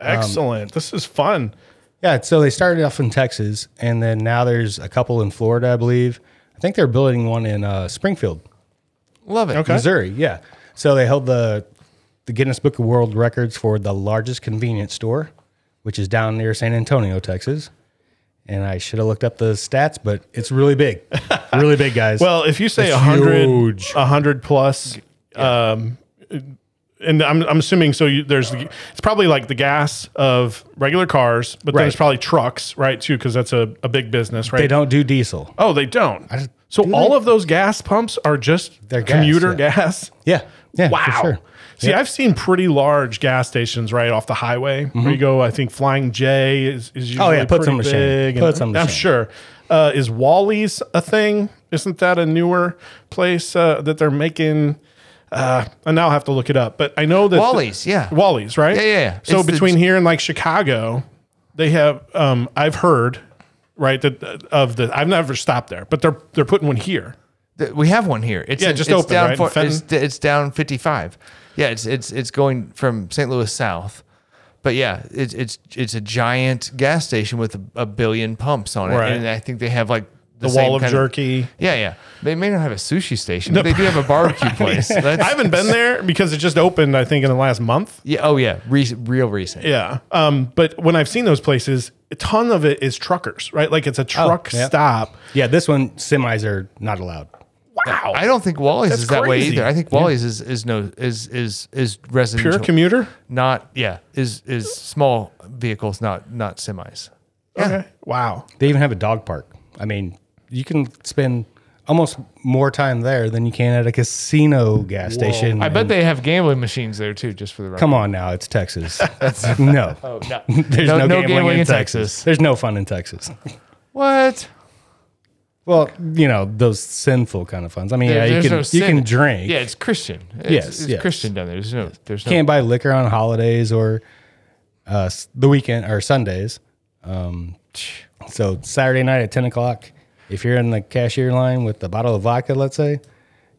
[SPEAKER 2] Excellent. this is fun.
[SPEAKER 4] Yeah, so they started off in Texas, and then now there's a couple in Florida, I believe. I think they're building one in uh, Springfield,
[SPEAKER 3] love it.
[SPEAKER 2] Okay.
[SPEAKER 4] Missouri. Yeah, so they held the the Guinness Book of World Records for the largest convenience store, which is down near San Antonio, Texas. And I should have looked up the stats, but it's really big, really big, guys.
[SPEAKER 2] Well, if you say
[SPEAKER 4] It's
[SPEAKER 2] a hundred,
[SPEAKER 4] huge.
[SPEAKER 2] a hundred plus, um, and I'm, I'm assuming so. You, there's the, it's probably like the gas of regular cars, but then it's
[SPEAKER 4] Right.
[SPEAKER 2] probably trucks, right? Too, because that's a, a big business, right?
[SPEAKER 4] they don't do diesel.
[SPEAKER 2] Oh, they don't. so
[SPEAKER 4] do
[SPEAKER 2] all
[SPEAKER 4] they?
[SPEAKER 2] of those gas pumps are just
[SPEAKER 4] They're gas,
[SPEAKER 2] commuter
[SPEAKER 4] yeah.
[SPEAKER 2] gas.
[SPEAKER 4] Yeah, yeah,
[SPEAKER 2] Wow.
[SPEAKER 4] for sure.
[SPEAKER 2] See, I've seen pretty large gas stations right off the highway. Where
[SPEAKER 3] Mm-hmm.
[SPEAKER 2] you go, I think Flying J is, is usually
[SPEAKER 4] Oh, yeah, puts
[SPEAKER 2] pretty
[SPEAKER 4] them to shame.
[SPEAKER 2] big. and
[SPEAKER 4] Puts them to
[SPEAKER 2] I'm
[SPEAKER 4] shame.
[SPEAKER 2] sure. Uh, is Wally's a thing? Isn't that a newer place uh, that they're making? Uh, I now have to look it up, but I know that
[SPEAKER 3] Wally's, yeah.
[SPEAKER 2] Wally's, right?
[SPEAKER 3] Yeah, yeah, yeah.
[SPEAKER 2] So
[SPEAKER 3] It's the-
[SPEAKER 2] between here and like Chicago, they have. Um, I've heard, right, that uh, of the. I've never stopped there, but they're they're putting one here.
[SPEAKER 3] Th- We have one here. It's
[SPEAKER 2] Yeah,
[SPEAKER 3] in-
[SPEAKER 2] just
[SPEAKER 3] it's
[SPEAKER 2] open,
[SPEAKER 3] down
[SPEAKER 2] right?
[SPEAKER 3] for-
[SPEAKER 2] Fenton?
[SPEAKER 3] it's, it's down 55. Yeah, it's it's it's going from St. Louis south But yeah, it's it's it's a giant gas station with a, a billion pumps on it,
[SPEAKER 2] Right.
[SPEAKER 3] and I think they have like
[SPEAKER 2] The
[SPEAKER 3] same
[SPEAKER 2] wall of
[SPEAKER 3] kind
[SPEAKER 2] jerky.
[SPEAKER 3] yeah, yeah. They may not have a sushi station, but they do have a barbecue place. That's,
[SPEAKER 2] I haven't been there because it just opened, I think, in the last month.
[SPEAKER 3] Yeah. Oh yeah. Re- real recent.
[SPEAKER 2] Yeah. Um, but when I've seen those places, a ton of it is truckers, right? Like it's a truck
[SPEAKER 4] yeah.
[SPEAKER 2] stop.
[SPEAKER 4] Yeah, this one semis are not allowed.
[SPEAKER 2] Wow.
[SPEAKER 3] I don't think Wally's
[SPEAKER 2] That's
[SPEAKER 3] is that way
[SPEAKER 2] crazy.
[SPEAKER 3] either. I think Wally's is, is no is is is residential,
[SPEAKER 2] Pure commuter.
[SPEAKER 3] not yeah is is small vehicles, not not semis.
[SPEAKER 2] Okay. Wow.
[SPEAKER 4] They even have a dog park. I mean, you can spend almost more time there than you can at a casino gas station.
[SPEAKER 3] I bet
[SPEAKER 4] And
[SPEAKER 3] they have gambling machines there too, just for the record.
[SPEAKER 4] Come on now, it's Texas. no. There's
[SPEAKER 3] Oh. No-
[SPEAKER 4] no,
[SPEAKER 3] no
[SPEAKER 4] gambling,
[SPEAKER 3] gambling
[SPEAKER 4] in,
[SPEAKER 3] in
[SPEAKER 4] Texas.
[SPEAKER 3] Texas.
[SPEAKER 4] There's no fun in Texas.
[SPEAKER 3] What?
[SPEAKER 4] Well, you know, those sinful kind of funds. I mean,
[SPEAKER 3] There-
[SPEAKER 4] yeah, you
[SPEAKER 3] there's
[SPEAKER 4] can
[SPEAKER 3] no
[SPEAKER 4] you
[SPEAKER 3] sin.
[SPEAKER 4] can drink.
[SPEAKER 3] Yeah, it's Christian. It's,
[SPEAKER 4] Yes,
[SPEAKER 3] it's
[SPEAKER 4] yes.
[SPEAKER 3] Christian down there. There's no there's no
[SPEAKER 4] can't buy liquor on holidays or uh, s- the weekend or Sundays. Um, so Saturday night at ten o'clock, if you're in the cashier line with a bottle of vodka, let's say,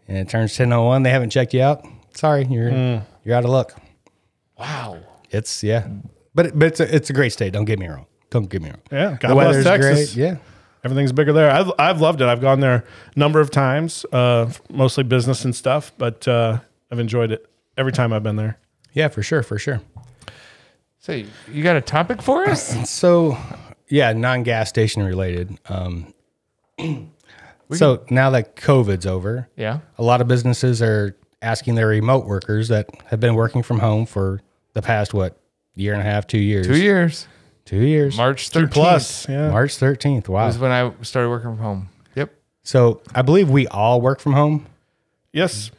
[SPEAKER 4] and it turns ten oh one, they haven't checked you out. Sorry, you're
[SPEAKER 2] Hmm.
[SPEAKER 4] you're out of luck.
[SPEAKER 3] wow.
[SPEAKER 4] It's yeah, but it, but it's a, it's a great state. Don't get me wrong. Don't get me wrong.
[SPEAKER 2] Yeah, God bless Texas.
[SPEAKER 4] Yeah,
[SPEAKER 2] Everything's bigger there. I've, I've loved it. I've gone there a number of times, uh, mostly business and stuff, but uh, I've enjoyed it every time I've been there.
[SPEAKER 4] yeah, for sure, for sure.
[SPEAKER 3] So you, you got a topic for us?
[SPEAKER 4] So, yeah, non gas station related. Um, so now that COVID's over,
[SPEAKER 3] yeah.
[SPEAKER 4] a lot of businesses are asking their remote workers that have been working from home for the past what year and a half, two years,
[SPEAKER 3] Two years.
[SPEAKER 4] two years,
[SPEAKER 3] March thirteenth
[SPEAKER 2] Plus, yeah.
[SPEAKER 4] March thirteenth. Wow.
[SPEAKER 3] is when I started working from home. Yep.
[SPEAKER 4] So I believe we all work from home.
[SPEAKER 2] Yes.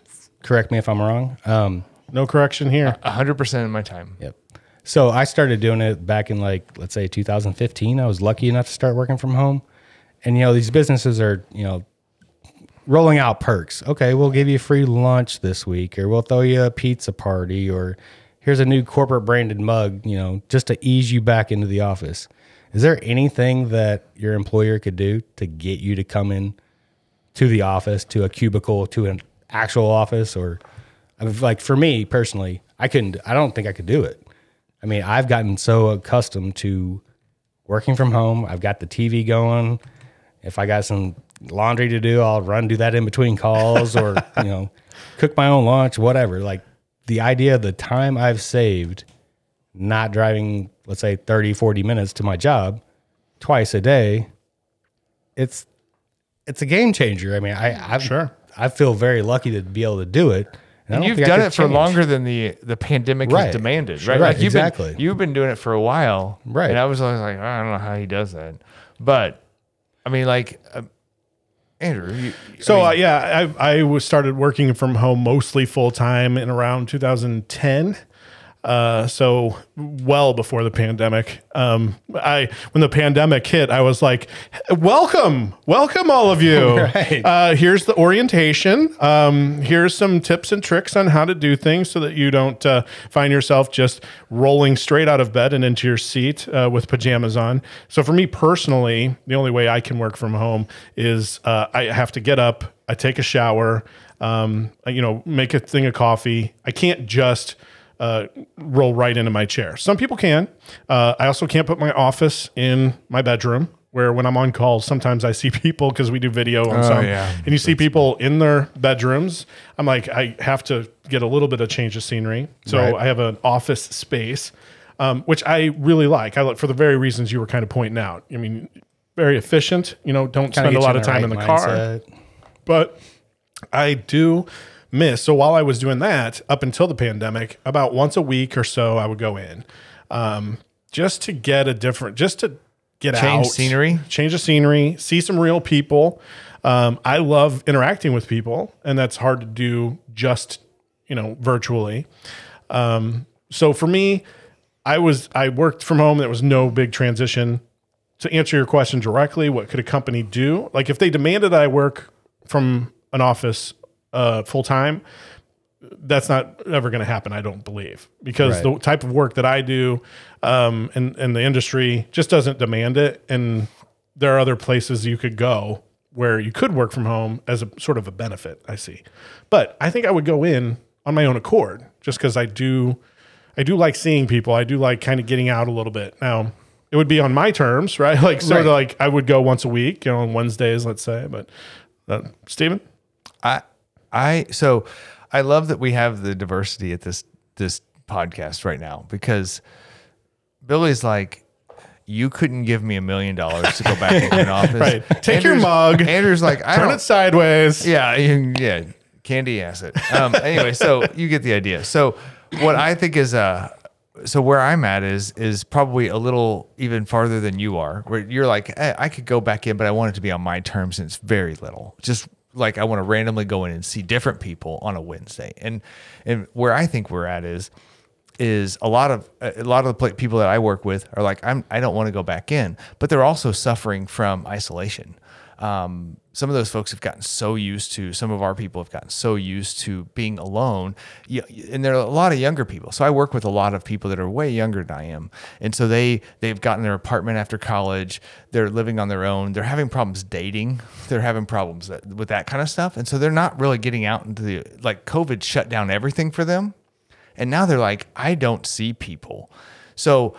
[SPEAKER 4] Correct me if I'm wrong. Um,
[SPEAKER 2] No correction here.
[SPEAKER 3] hundred percent of my time.
[SPEAKER 4] Yep. So I started doing it back in like let's say 2015. I was lucky enough to start working from home, and you know these businesses are you know rolling out perks. Okay, we'll give you free lunch this week, or we'll throw you a pizza party, or here's a new corporate branded mug. You know, just to ease you back into the office. Is there anything that your employer could do to get you to come in to the office, to a cubicle, to an actual office, or I mean, like for me personally, I couldn't. I don't think I could do it. I mean, I've gotten so accustomed to working from home. I've got the TV going. If I got some laundry to do, I'll run do that in between calls, or you know, cook my own lunch, whatever. Like the idea of the time I've saved not driving let's say 30 40 minutes to my job twice a day it's it's a game changer i mean
[SPEAKER 2] Mm,
[SPEAKER 4] i i sure i feel very lucky to be able to do it I
[SPEAKER 3] And
[SPEAKER 4] don't
[SPEAKER 3] you've
[SPEAKER 4] think I
[SPEAKER 3] done
[SPEAKER 4] could
[SPEAKER 3] it for
[SPEAKER 4] change.
[SPEAKER 3] longer than the the pandemic
[SPEAKER 4] Right.
[SPEAKER 3] has demanded,
[SPEAKER 4] Sure.
[SPEAKER 3] right?
[SPEAKER 4] Right,
[SPEAKER 3] you've
[SPEAKER 4] exactly.
[SPEAKER 3] Been, you've been doing it for a while,
[SPEAKER 4] Right.
[SPEAKER 3] And I was always like, I don't know how he does that, but I mean, like, um, Andrew, you,
[SPEAKER 2] So uh, yeah, I I was started working from home mostly full time in around 2010. Uh, so well before the pandemic. Um, I when the pandemic hit, I was like, "Welcome, welcome all of you.
[SPEAKER 4] Right.
[SPEAKER 2] uh, here's the orientation. Um, here's some tips and tricks on how to do things so that you don't uh, find yourself just rolling straight out of bed and into your seat uh, with pajamas on." So for me personally, the only way I can work from home is uh, I have to get up, I take a shower, um, you know, make a thing of coffee. I can't just uh, roll right into my chair. Some people can. Uh, I also can't put my office in my bedroom, where when I'm on calls, sometimes I see people because we do video
[SPEAKER 4] Oh,
[SPEAKER 2] on some,
[SPEAKER 3] yeah.
[SPEAKER 2] and you see people in their bedrooms. I'm like, I have to get a little bit of change of scenery, so I have an office space, um, which I really like. I like for the very reasons you were kind of pointing out. I mean, very efficient. You know, don't
[SPEAKER 4] Kinda
[SPEAKER 2] spend
[SPEAKER 4] get
[SPEAKER 2] a
[SPEAKER 4] you
[SPEAKER 2] lot of time in
[SPEAKER 4] right
[SPEAKER 2] the car
[SPEAKER 4] mindset.
[SPEAKER 2] but I do miss. So while I was doing that up until the pandemic, about once a week or so, I would go in um, just to get a different, just to get out.
[SPEAKER 3] Change scenery?
[SPEAKER 2] change the scenery, see some real people. Um, I love interacting with people, and that's hard to do just you know virtually. Um, so for me, I was I worked from home. There was no big transition to answer your question directly, what could a company do? Like if they demanded that I work from an office uh, full time, that's not ever going to happen. I don't believe because the type of work that I do um, and and the industry just doesn't demand it. And there are other places you could go where you could work from home as a sort of a benefit. I see, but I think I would go in on my own accord just because I do. I do like seeing people. I do like kind of getting out a little bit. Now, it would be on my terms, right? Like, sort of like I would go once a week, you know, on Wednesdays, let's say. But, uh, Stephen,
[SPEAKER 3] I I so I love that we have the diversity at this this podcast right now because Billy's like you couldn't give me a million dollars to go back into an office.
[SPEAKER 2] Right. Take your mug,
[SPEAKER 3] Andrew's like I
[SPEAKER 2] turn
[SPEAKER 3] don't
[SPEAKER 2] it sideways.
[SPEAKER 3] yeah, you- yeah, candy acid. Um, anyway, so you get the idea. So what I think is uh so where I'm at is is probably a little even farther than you are, where you're like, hey, I could go back in, but I want it to be on my terms, and it's very little. Just like I want to randomly go in and see different people on a Wednesday, and and where I think we're at is is a lot of a lot of the pla- people that I work with are like I'm I don't want to go back in, but they're also suffering from isolation. Um, some of those folks have gotten so used to some of our people have gotten so used to being alone, Y- and there are a lot of younger people. So I work with a lot of people that are way younger than I am, and so they they've gotten their apartment after college. They're living on their own. They're having problems dating. They're having problems that, with that kind of stuff, and so they're not really getting out into the like COVID shut down everything for them. And now they're like, I don't see people. So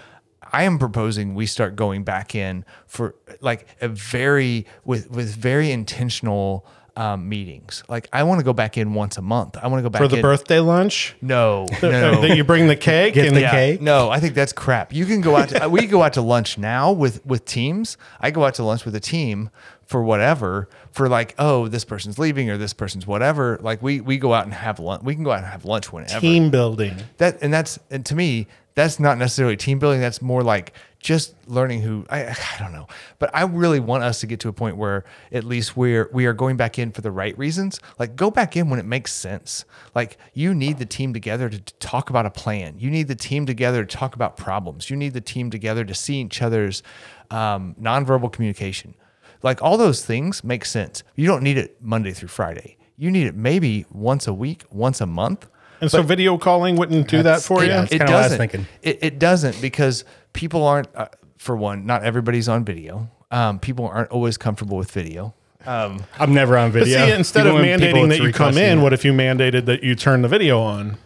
[SPEAKER 3] I am proposing we start going back in for like a very with with very intentional um, meetings. Like I want to go back in once a month. I want to go back
[SPEAKER 2] For the
[SPEAKER 3] in-
[SPEAKER 2] birthday lunch,
[SPEAKER 3] No,
[SPEAKER 2] Uh,
[SPEAKER 3] no.
[SPEAKER 2] that you bring the cake
[SPEAKER 4] Get
[SPEAKER 2] and
[SPEAKER 4] the
[SPEAKER 2] yeah.
[SPEAKER 4] cake.
[SPEAKER 3] No, I think that's crap. You can go out. To, we go out to lunch now with with teams. I go out to lunch with a team for whatever. For like, oh, this person's leaving or this person's whatever. Like we we go out and have lunch. We can go out and have lunch whenever
[SPEAKER 2] team building.
[SPEAKER 3] that and that's and to me that's not necessarily team building that's more like just learning who I, I don't know but i really want us to get to a point where at least we're we are going back in for the right reasons like go back in when it makes sense like you need the team together to, to talk about a plan you need the team together to talk about problems you need the team together to see each other's um, nonverbal communication like all those things make sense you don't need it monday through friday you need it maybe once a week once a month
[SPEAKER 2] And so video calling wouldn't do that
[SPEAKER 4] That's-
[SPEAKER 2] for you.
[SPEAKER 4] yeah. That's
[SPEAKER 3] it
[SPEAKER 4] kinda what I was
[SPEAKER 3] doesn't.
[SPEAKER 4] thinking.
[SPEAKER 3] It, it doesn't because people aren't, uh, for one, not everybody's on video. Um, people aren't always comfortable with video.
[SPEAKER 4] I'm never on
[SPEAKER 2] But
[SPEAKER 4] video.
[SPEAKER 2] see, instead of
[SPEAKER 4] Even when people-
[SPEAKER 2] mandating that
[SPEAKER 4] it's
[SPEAKER 2] you come
[SPEAKER 4] requesting
[SPEAKER 2] in,
[SPEAKER 4] it.
[SPEAKER 2] what if you mandated that you turn the video on?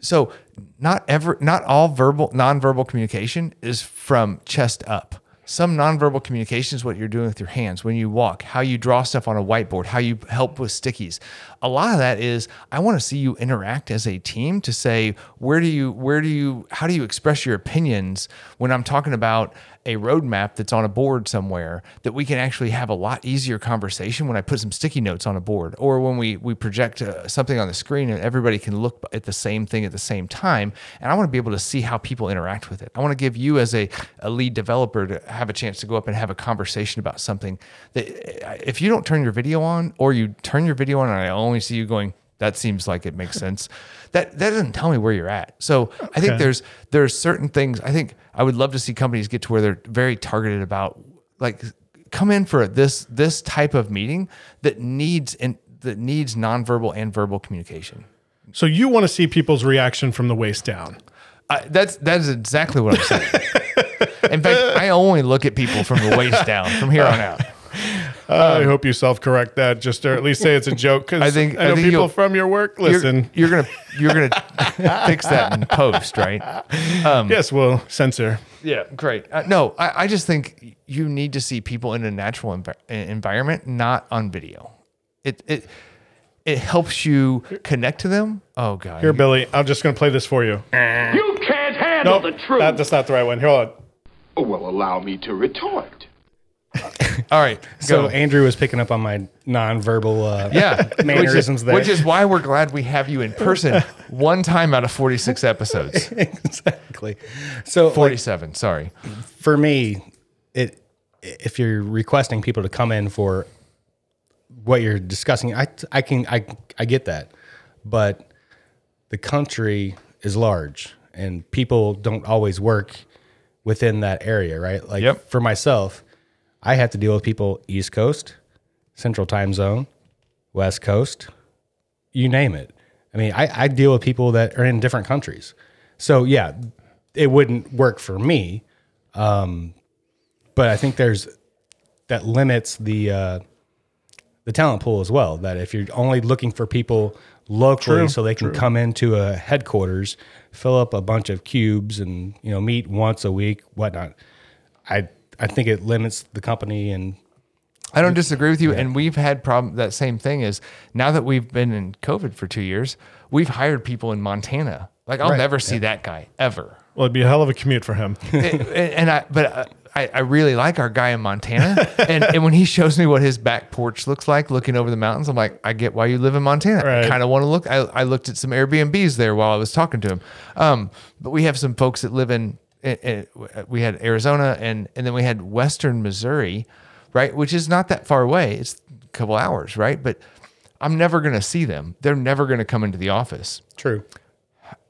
[SPEAKER 3] So not ever, not all verbal, nonverbal communication is from chest up. Some nonverbal communication is what you're doing with your hands when you walk, how you draw stuff on a whiteboard, how you help with stickies. A lot of that is I want to see you interact as a team to say where do you, where do you, how do you express your opinions when I'm talking about a roadmap that's on a board somewhere that we can actually have a lot easier conversation when I put some sticky notes on a board or when we we project uh, something on the screen and everybody can look at the same thing at the same time and I want to be able to see how people interact with it. I want to give you as a, a lead developer to have a chance to go up and have a conversation about something that uh, if you don't turn your video on or you turn your video on and I only see you going that seems like it makes sense. That that doesn't tell me where you're at. So I think there's there's certain things I think I would love to see companies get to where they're very targeted about like come in for this this type of meeting that needs and that needs nonverbal and verbal communication.
[SPEAKER 2] So you want to see people's reaction from the waist down.
[SPEAKER 3] I, that's that is exactly what I'm saying. In fact, I only look at people from the waist down from here on out.
[SPEAKER 2] I hope you self-correct that, just or at least say it's a joke. Because I
[SPEAKER 3] I
[SPEAKER 2] think
[SPEAKER 3] think-
[SPEAKER 2] I
[SPEAKER 3] I
[SPEAKER 2] know
[SPEAKER 3] think
[SPEAKER 2] people
[SPEAKER 3] you'll-
[SPEAKER 2] from your work
[SPEAKER 3] You're-
[SPEAKER 2] listen.
[SPEAKER 3] you're gonna you're gonna fix that in post, right?
[SPEAKER 2] yes, we'll censor.
[SPEAKER 3] Yeah, great. Uh, no, I, I just think you need to see people in a natural envi- e, environment, not on video. It it it helps you connect to them. Oh god,
[SPEAKER 2] Here, Billy, I'm just going to play this for you.
[SPEAKER 7] You can't handle
[SPEAKER 2] Nope,
[SPEAKER 7] the truth.
[SPEAKER 2] that- that's not the right one. Here, hold on.
[SPEAKER 7] well, allow me to retort.
[SPEAKER 3] all right,
[SPEAKER 4] So
[SPEAKER 3] go.
[SPEAKER 4] Andrew was picking up on my nonverbal uh,
[SPEAKER 3] yeah,
[SPEAKER 4] mannerisms
[SPEAKER 3] which is,
[SPEAKER 4] there.
[SPEAKER 3] which is why we're glad we have you in person one time out of forty six episodes,
[SPEAKER 4] exactly. So like,
[SPEAKER 3] forty seven. Sorry,
[SPEAKER 4] for me, it if you're requesting people to come in for what you're discussing, I I can I I get that, but the country is large and people don't always work within that area, right? Like
[SPEAKER 3] Yep.
[SPEAKER 4] for myself, I have to deal with people East Coast, Central Time Zone, West Coast, you name it. I mean, I, I deal with people that are in different countries. So yeah, it wouldn't work for me. Um, but I think there's that limits the uh, the talent pool as well. That if you're only looking for people locally
[SPEAKER 2] True,
[SPEAKER 4] so they can come into a headquarters, fill up a bunch of cubes and, you know, meet once a week, whatnot. I I think it limits the company and
[SPEAKER 3] I don't disagree with you. And we've had problem that same thing is now that we've been in COVID for two years, we've hired people in Montana. Like I'll never see that guy ever.
[SPEAKER 2] Well, it'd be a hell of a commute for him.
[SPEAKER 3] and and I, but uh, I, I really like our guy in Montana. And, and when he shows me what his back porch looks like, looking over the mountains, I'm like, I get why you live in Montana.
[SPEAKER 2] Right.
[SPEAKER 3] I kind of want to look. I, I looked at some Airbnbs there while I was talking to him. Um, but we have some folks that live in, in, in- we had Arizona and, and then we had Western Missouri, right? Which is not that far away. It's a couple hours, right? But I'm never going to see them. They're never going to come into the office
[SPEAKER 4] true.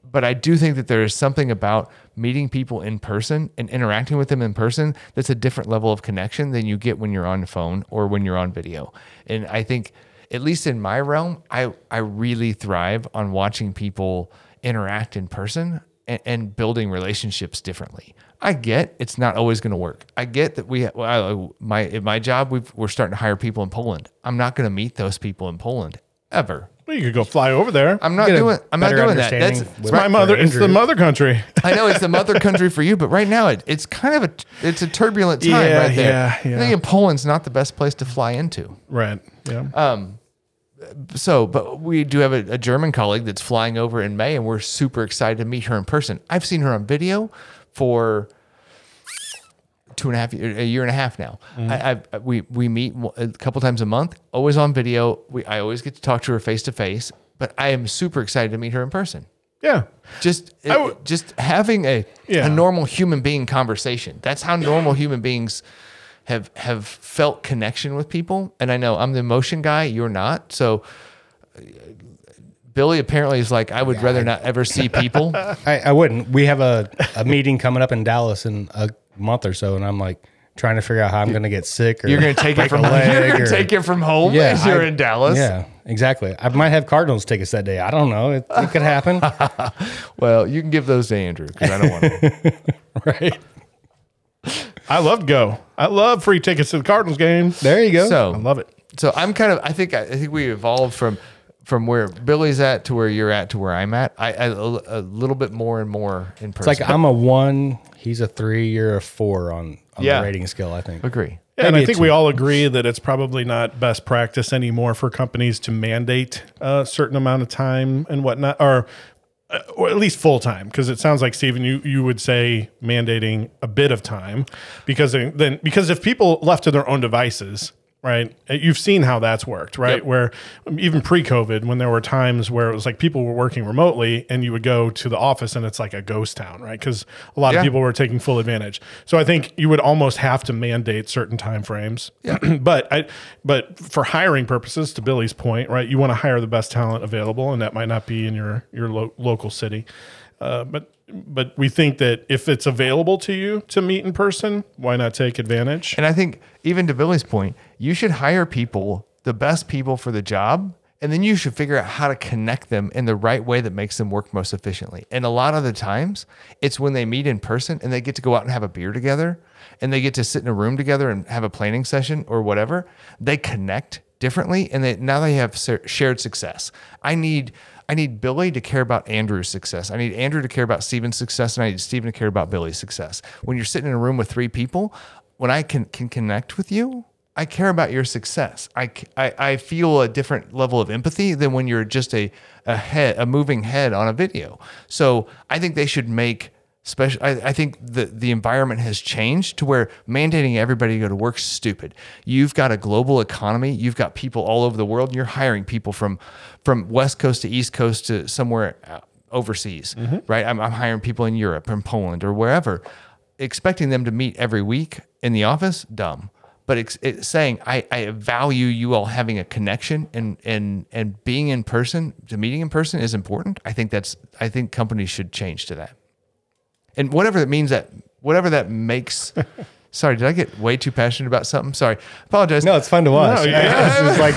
[SPEAKER 3] but I do think that there is something about meeting people in person and interacting with them in person that's a different level of connection than you get when you're on phone or when you're on video. And I think at least in my realm, I I really thrive on watching people interact in person and, and building relationships differently. I get it's not always going to work. I get that we well, I, my at my job we've, we're starting to hire people in Poland. I'm not going to meet those people in Poland ever.
[SPEAKER 2] Well, you could go fly over there.
[SPEAKER 3] I'm not
[SPEAKER 4] Get a
[SPEAKER 3] doing. I'm not
[SPEAKER 4] better
[SPEAKER 3] doing that. That's
[SPEAKER 4] understanding
[SPEAKER 2] it's
[SPEAKER 4] with-
[SPEAKER 2] my mother.
[SPEAKER 4] for
[SPEAKER 2] It's the
[SPEAKER 4] Andrew.
[SPEAKER 2] mother country.
[SPEAKER 3] I know it's the mother country for you, but right now it, it's kind of a it's a turbulent time
[SPEAKER 2] Yeah,
[SPEAKER 3] right there.
[SPEAKER 2] yeah, yeah.
[SPEAKER 3] I think in Poland's not the best place to fly into.
[SPEAKER 2] right. Yeah.
[SPEAKER 3] So, but we do have a, a German colleague that's flying over in May, and we're super excited to meet her in person. I've seen her on video for two and a half a year and a half now.
[SPEAKER 2] Mm-hmm.
[SPEAKER 3] I, I we we meet a couple times a month, always on video. We I always get to talk to her face to face, but I am super excited to meet her in person.
[SPEAKER 2] yeah.
[SPEAKER 3] just
[SPEAKER 2] I would-
[SPEAKER 3] just having a
[SPEAKER 2] Yeah.
[SPEAKER 3] a normal human being conversation. That's how normal human beings have have felt connection with people. And I know I'm the emotion guy, you're not. So uh, Billy apparently is like I would rather not ever see people.
[SPEAKER 4] I, I wouldn't. We have a, a meeting coming up in Dallas in a month or so, and I'm like trying to figure out how I'm going to get sick or
[SPEAKER 3] You're going to take it
[SPEAKER 4] break a
[SPEAKER 3] from you're
[SPEAKER 4] leg
[SPEAKER 3] going to
[SPEAKER 4] or-
[SPEAKER 3] take it from home as you're
[SPEAKER 4] I-
[SPEAKER 3] in Dallas.
[SPEAKER 4] Yeah, exactly. I might have Cardinals tickets that day. I don't know. It, it could happen.
[SPEAKER 3] Well, you can give those to Andrew cuz I don't want to.
[SPEAKER 4] right
[SPEAKER 2] I loved go. I love free tickets to the Cardinals game.
[SPEAKER 4] there, you go.
[SPEAKER 3] so
[SPEAKER 2] I love it.
[SPEAKER 3] so I'm kind of I think I think we evolved from from where Billy's at to where you're at to where I'm at. I, I a little bit more and more in person.
[SPEAKER 4] it's like I'm a one. He's a three. You're a four on, on
[SPEAKER 2] Yeah.
[SPEAKER 4] the rating scale. I think.
[SPEAKER 3] agree.
[SPEAKER 2] Yeah, and
[SPEAKER 4] Maybe
[SPEAKER 2] I
[SPEAKER 4] a
[SPEAKER 2] think we all agree that it's probably not best practice anymore for companies to mandate a certain amount of time and whatnot, or uh, or at least full time. Because it sounds like Stephen, you you would say mandating a bit of time, because then- then because if people left to their own devices. Right. Uh, You've seen how that's worked, right?
[SPEAKER 3] Yep.
[SPEAKER 2] Where um, even pre COVID, when there were times where it was like people were working remotely and you would go to the office and it's like a ghost town, right? Because a lot
[SPEAKER 3] Yeah.
[SPEAKER 2] of people were taking full advantage. So I think you would almost have to mandate certain timeframes. but I, but for hiring purposes, to Billy's point, right? You want to hire the best talent available, and that might not be in your your lo- local city. Uh, but but we think that if it's available to you to meet in person, why not take advantage?
[SPEAKER 3] And I think even to Billy's point, you should hire people, the best people for the job, and then you should figure out how to connect them in the right way that makes them work most efficiently. And a lot of the times, it's when they meet in person and they get to go out and have a beer together and they get to sit in a room together and have a planning session or whatever, they connect differently and they now they have ser- shared success. I need I need Billy to care about Andrew's success. I need Andrew to care about Steven's success, and I need Steven to care about Billy's success. When you're sitting in a room with three people, when I can, can connect with you, I care about your success. I, c- I- I feel a different level of empathy than when you're just a, a head, a moving head on a video. So I think they should make special. I, I think the, the environment has changed to where mandating everybody to go to work is stupid. You've got a global economy. You've got people all over the world. And you're hiring people from, from West coast to East coast to somewhere uh, overseas, right? I'm, I'm hiring people in Europe and Poland or wherever expecting them to meet every week in the office, dumb. But it's, it's saying I, I value you all having a connection and and and being in person, to meeting in person is important. I think that's I think companies should change to that. And whatever that means that whatever that makes. sorry, did I get way too passionate about something? Sorry, apologize.
[SPEAKER 4] No, it's fun to watch.
[SPEAKER 2] No, yeah.
[SPEAKER 4] It's just like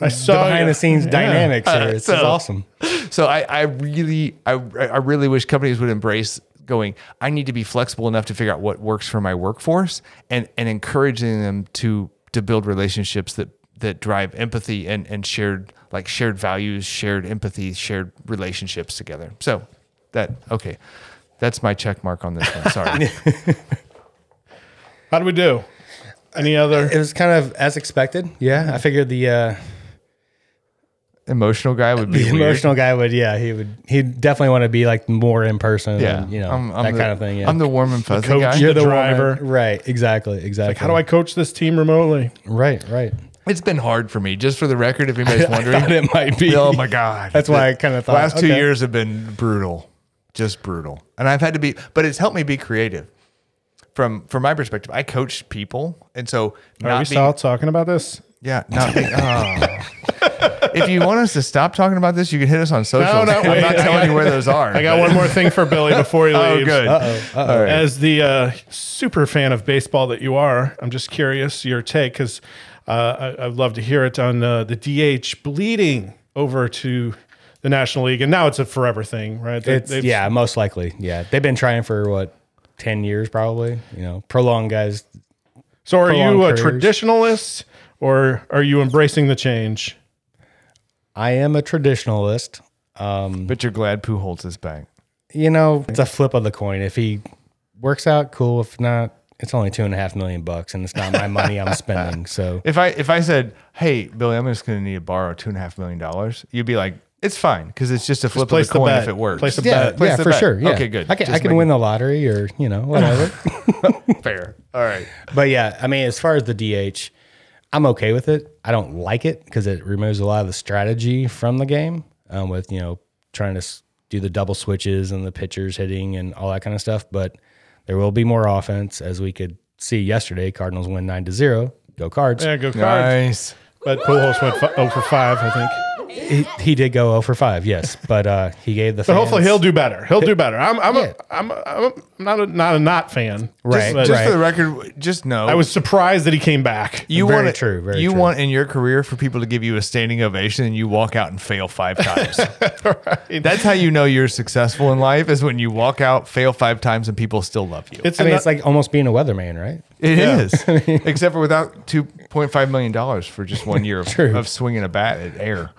[SPEAKER 2] I
[SPEAKER 4] the
[SPEAKER 2] saw
[SPEAKER 4] behind
[SPEAKER 2] you.
[SPEAKER 4] the scenes
[SPEAKER 2] Yeah.
[SPEAKER 4] dynamics. Here. It's just
[SPEAKER 3] so-
[SPEAKER 4] awesome.
[SPEAKER 3] so I, I really I, I really wish companies would embrace going i need to be flexible enough to figure out what works for my workforce and and encouraging them to to build relationships that that drive empathy and and shared like shared values, shared empathy, shared relationships together. So that okay, that's my check mark on this one. Sorry,
[SPEAKER 2] How do we do? Any
[SPEAKER 4] It
[SPEAKER 2] other?
[SPEAKER 4] was kind of as expected. Yeah, I figured the uh,
[SPEAKER 3] emotional guy would be
[SPEAKER 4] the
[SPEAKER 3] weird.
[SPEAKER 4] emotional guy would. Yeah, he would. He would definitely want to be like more in person.
[SPEAKER 3] Yeah,
[SPEAKER 4] and, you know
[SPEAKER 3] I'm- I'm
[SPEAKER 4] that
[SPEAKER 3] the-
[SPEAKER 4] kind of thing. Yeah,
[SPEAKER 3] I'm the warm and fuzzy
[SPEAKER 2] coach.
[SPEAKER 3] guy.
[SPEAKER 2] You're the
[SPEAKER 4] woman.
[SPEAKER 2] driver.
[SPEAKER 4] Right. Exactly. Exactly.
[SPEAKER 2] Like, how do I coach this team remotely?
[SPEAKER 4] Right. Right.
[SPEAKER 3] It's been hard for me, just for the record, if anybody's wondering.
[SPEAKER 4] thought it might be.
[SPEAKER 3] Oh my god.
[SPEAKER 4] That's why I kinda thought,
[SPEAKER 3] last two
[SPEAKER 4] okay.
[SPEAKER 3] years have been brutal. Just brutal. And I've had to be but it's helped me be creative. From from my perspective, I coach people. And so
[SPEAKER 2] Are we
[SPEAKER 3] not being,
[SPEAKER 2] still talking about this?
[SPEAKER 3] yeah, not being, oh. If you want us to stop talking about this, you can hit us on social.
[SPEAKER 2] No, no,
[SPEAKER 3] I'm
[SPEAKER 2] wait.
[SPEAKER 3] not
[SPEAKER 2] I
[SPEAKER 3] telling
[SPEAKER 2] got-
[SPEAKER 3] you where those are.
[SPEAKER 2] I got one more thing for Billy before he
[SPEAKER 3] Oh,
[SPEAKER 2] leaves.
[SPEAKER 3] good. All right.
[SPEAKER 2] As the uh, super fan of baseball that you are, I'm just curious your take because uh, I, I'd love to hear it on uh, the DH bleeding over to the National League, and now it's a forever thing, right? They-
[SPEAKER 4] It's
[SPEAKER 2] they've-
[SPEAKER 4] yeah, most likely. Yeah, they've been trying for what ten years, probably. You know, prolonged guys.
[SPEAKER 2] So, are you a
[SPEAKER 4] prolonged careers.
[SPEAKER 2] traditionalist, or are you embracing the change?
[SPEAKER 4] I am a traditionalist.
[SPEAKER 3] but you're glad Pujols is back.
[SPEAKER 4] You know, it's a flip of the coin. If he works out, cool. If not, it's only two and a half million bucks, and it's not my money I'm spending. So
[SPEAKER 3] If I if I said, "Hey, Billy, I'm just going to need to borrow two and a half million dollars," you'd be like, "It's fine because it's just a flip
[SPEAKER 2] place the
[SPEAKER 3] of the coin
[SPEAKER 2] bet.
[SPEAKER 3] if it works."
[SPEAKER 2] Place the
[SPEAKER 4] yeah,
[SPEAKER 2] bet.
[SPEAKER 3] place
[SPEAKER 4] yeah,
[SPEAKER 3] the
[SPEAKER 4] for
[SPEAKER 3] bet.
[SPEAKER 4] sure. Yeah.
[SPEAKER 3] Okay, good.
[SPEAKER 4] I can,
[SPEAKER 3] Just
[SPEAKER 4] I can
[SPEAKER 3] making-
[SPEAKER 4] win the lottery or you know whatever.
[SPEAKER 3] Fair. All right.
[SPEAKER 4] but yeah, I mean, as far as the DH, I'm okay with it. I don't like it because it removes a lot of the strategy from the game um, with, you know, trying to s- do the double switches and the pitchers hitting and all that kind of stuff. But there will be more offense as we could see yesterday. Cardinals win nine to zero. Go cards.
[SPEAKER 2] Yeah, go cards.
[SPEAKER 3] Nice.
[SPEAKER 2] But Pujols went f- 0 for five, I think.
[SPEAKER 4] He, he did go 0 for 5, yes. But uh, he gave the
[SPEAKER 2] But
[SPEAKER 4] fans-
[SPEAKER 2] hopefully he'll do better. He'll do better. I'm I'm
[SPEAKER 4] Yeah.
[SPEAKER 2] a, I'm, a, I'm, a, I'm not a not a not fan.
[SPEAKER 4] Right,
[SPEAKER 2] But
[SPEAKER 3] Just
[SPEAKER 4] right.
[SPEAKER 3] for the record, just know
[SPEAKER 2] I was surprised that he came back.
[SPEAKER 3] you
[SPEAKER 4] Very
[SPEAKER 3] want
[SPEAKER 4] true, very
[SPEAKER 3] you
[SPEAKER 4] true.
[SPEAKER 3] want in your career for people to give you a standing ovation and you walk out and fail five times. That's how you know you're successful in life is when you walk out, fail five times, and people still love you.
[SPEAKER 2] It's,
[SPEAKER 4] I mean,
[SPEAKER 2] ano-
[SPEAKER 4] it's like almost being a weatherman, right?
[SPEAKER 3] It is, except for without two point five million dollars for just one year of, of swinging a bat at air.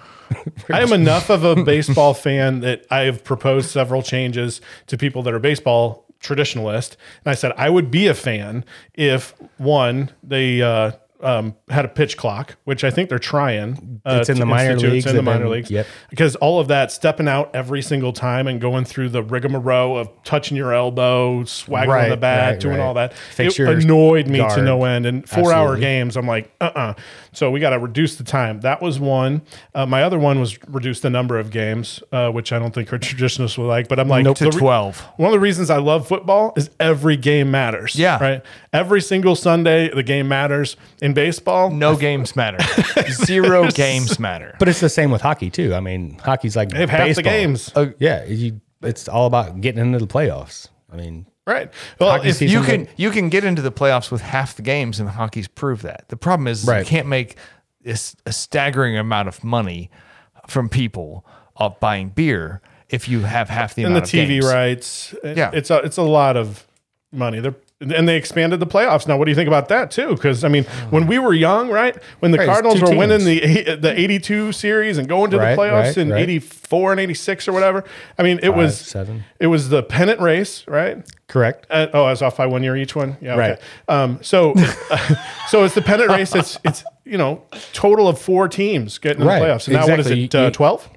[SPEAKER 2] I am enough of a baseball fan that I have proposed several changes to people that are baseball traditionalist, and I said I would be a fan if one they uh, um, had a pitch clock, which I think they're trying. Uh,
[SPEAKER 4] It's in
[SPEAKER 2] to
[SPEAKER 4] the minor
[SPEAKER 2] institute.
[SPEAKER 4] leagues,
[SPEAKER 2] It's in the
[SPEAKER 4] they've
[SPEAKER 2] minor
[SPEAKER 4] been-
[SPEAKER 2] leagues.
[SPEAKER 4] yep.
[SPEAKER 2] Because all of that stepping out every single time and going through the rigmarole of touching your elbow, swaggering
[SPEAKER 4] Right,
[SPEAKER 2] the bat,
[SPEAKER 4] right,
[SPEAKER 2] doing
[SPEAKER 4] right.
[SPEAKER 2] all that,
[SPEAKER 4] Fix
[SPEAKER 2] it
[SPEAKER 4] your
[SPEAKER 2] annoyed me to
[SPEAKER 4] guard.
[SPEAKER 2] no end. And four hour
[SPEAKER 4] Absolutely.
[SPEAKER 2] games, I'm like, uh uh So we got to reduce the time. That was one. Uh, my other one was reduce the number of games, uh, which I don't think our traditionalists would like. But I'm like,
[SPEAKER 3] Nope. To
[SPEAKER 2] the re-
[SPEAKER 3] 12.
[SPEAKER 2] One of the reasons I love football is every game matters.
[SPEAKER 3] Yeah.
[SPEAKER 2] Right? Every single Sunday, the game matters. In baseball,
[SPEAKER 3] No games matter. Zero games matter.
[SPEAKER 4] But it's the same with hockey, too. I mean, hockey's like
[SPEAKER 2] they have half the games.
[SPEAKER 4] Uh, yeah, you, it's all about getting into the playoffs. I mean,
[SPEAKER 2] right. Well,
[SPEAKER 4] Hockey
[SPEAKER 2] if
[SPEAKER 4] season-
[SPEAKER 2] you
[SPEAKER 3] you
[SPEAKER 4] something.
[SPEAKER 3] can you can get into the playoffs with half the games, and hockey's proved that. The problem is, you
[SPEAKER 4] Right.
[SPEAKER 3] can't make this, a staggering amount of money from people off buying beer if you have half the
[SPEAKER 2] and the
[SPEAKER 3] amount
[SPEAKER 2] TV
[SPEAKER 3] of games.
[SPEAKER 2] rights,
[SPEAKER 3] Yeah.
[SPEAKER 2] yeah, it's a, it's a lot of money. They're and they expanded the playoffs. Now, what do you think about that too? Because I mean, when we were young, right, when the
[SPEAKER 4] Right, Mm. it's
[SPEAKER 2] Cardinals
[SPEAKER 4] two
[SPEAKER 2] were
[SPEAKER 4] teams.
[SPEAKER 2] winning the eight- the eighty two series and going to
[SPEAKER 4] Right,
[SPEAKER 2] the playoffs
[SPEAKER 4] right,
[SPEAKER 2] in
[SPEAKER 4] right.
[SPEAKER 2] eighty four and eighty six or whatever, I mean, it was
[SPEAKER 4] seven.
[SPEAKER 2] It was the pennant race, right?
[SPEAKER 4] correct.
[SPEAKER 2] Uh, oh, I was off by one year each one. Yeah, okay.
[SPEAKER 4] Right.
[SPEAKER 2] Um, so, so it's the pennant race. It's it's you know total of four teams getting in
[SPEAKER 4] Right,
[SPEAKER 2] the playoffs. And now what is
[SPEAKER 4] exactly.
[SPEAKER 2] it?
[SPEAKER 4] You-
[SPEAKER 2] uh,
[SPEAKER 4] you-
[SPEAKER 2] Twelve.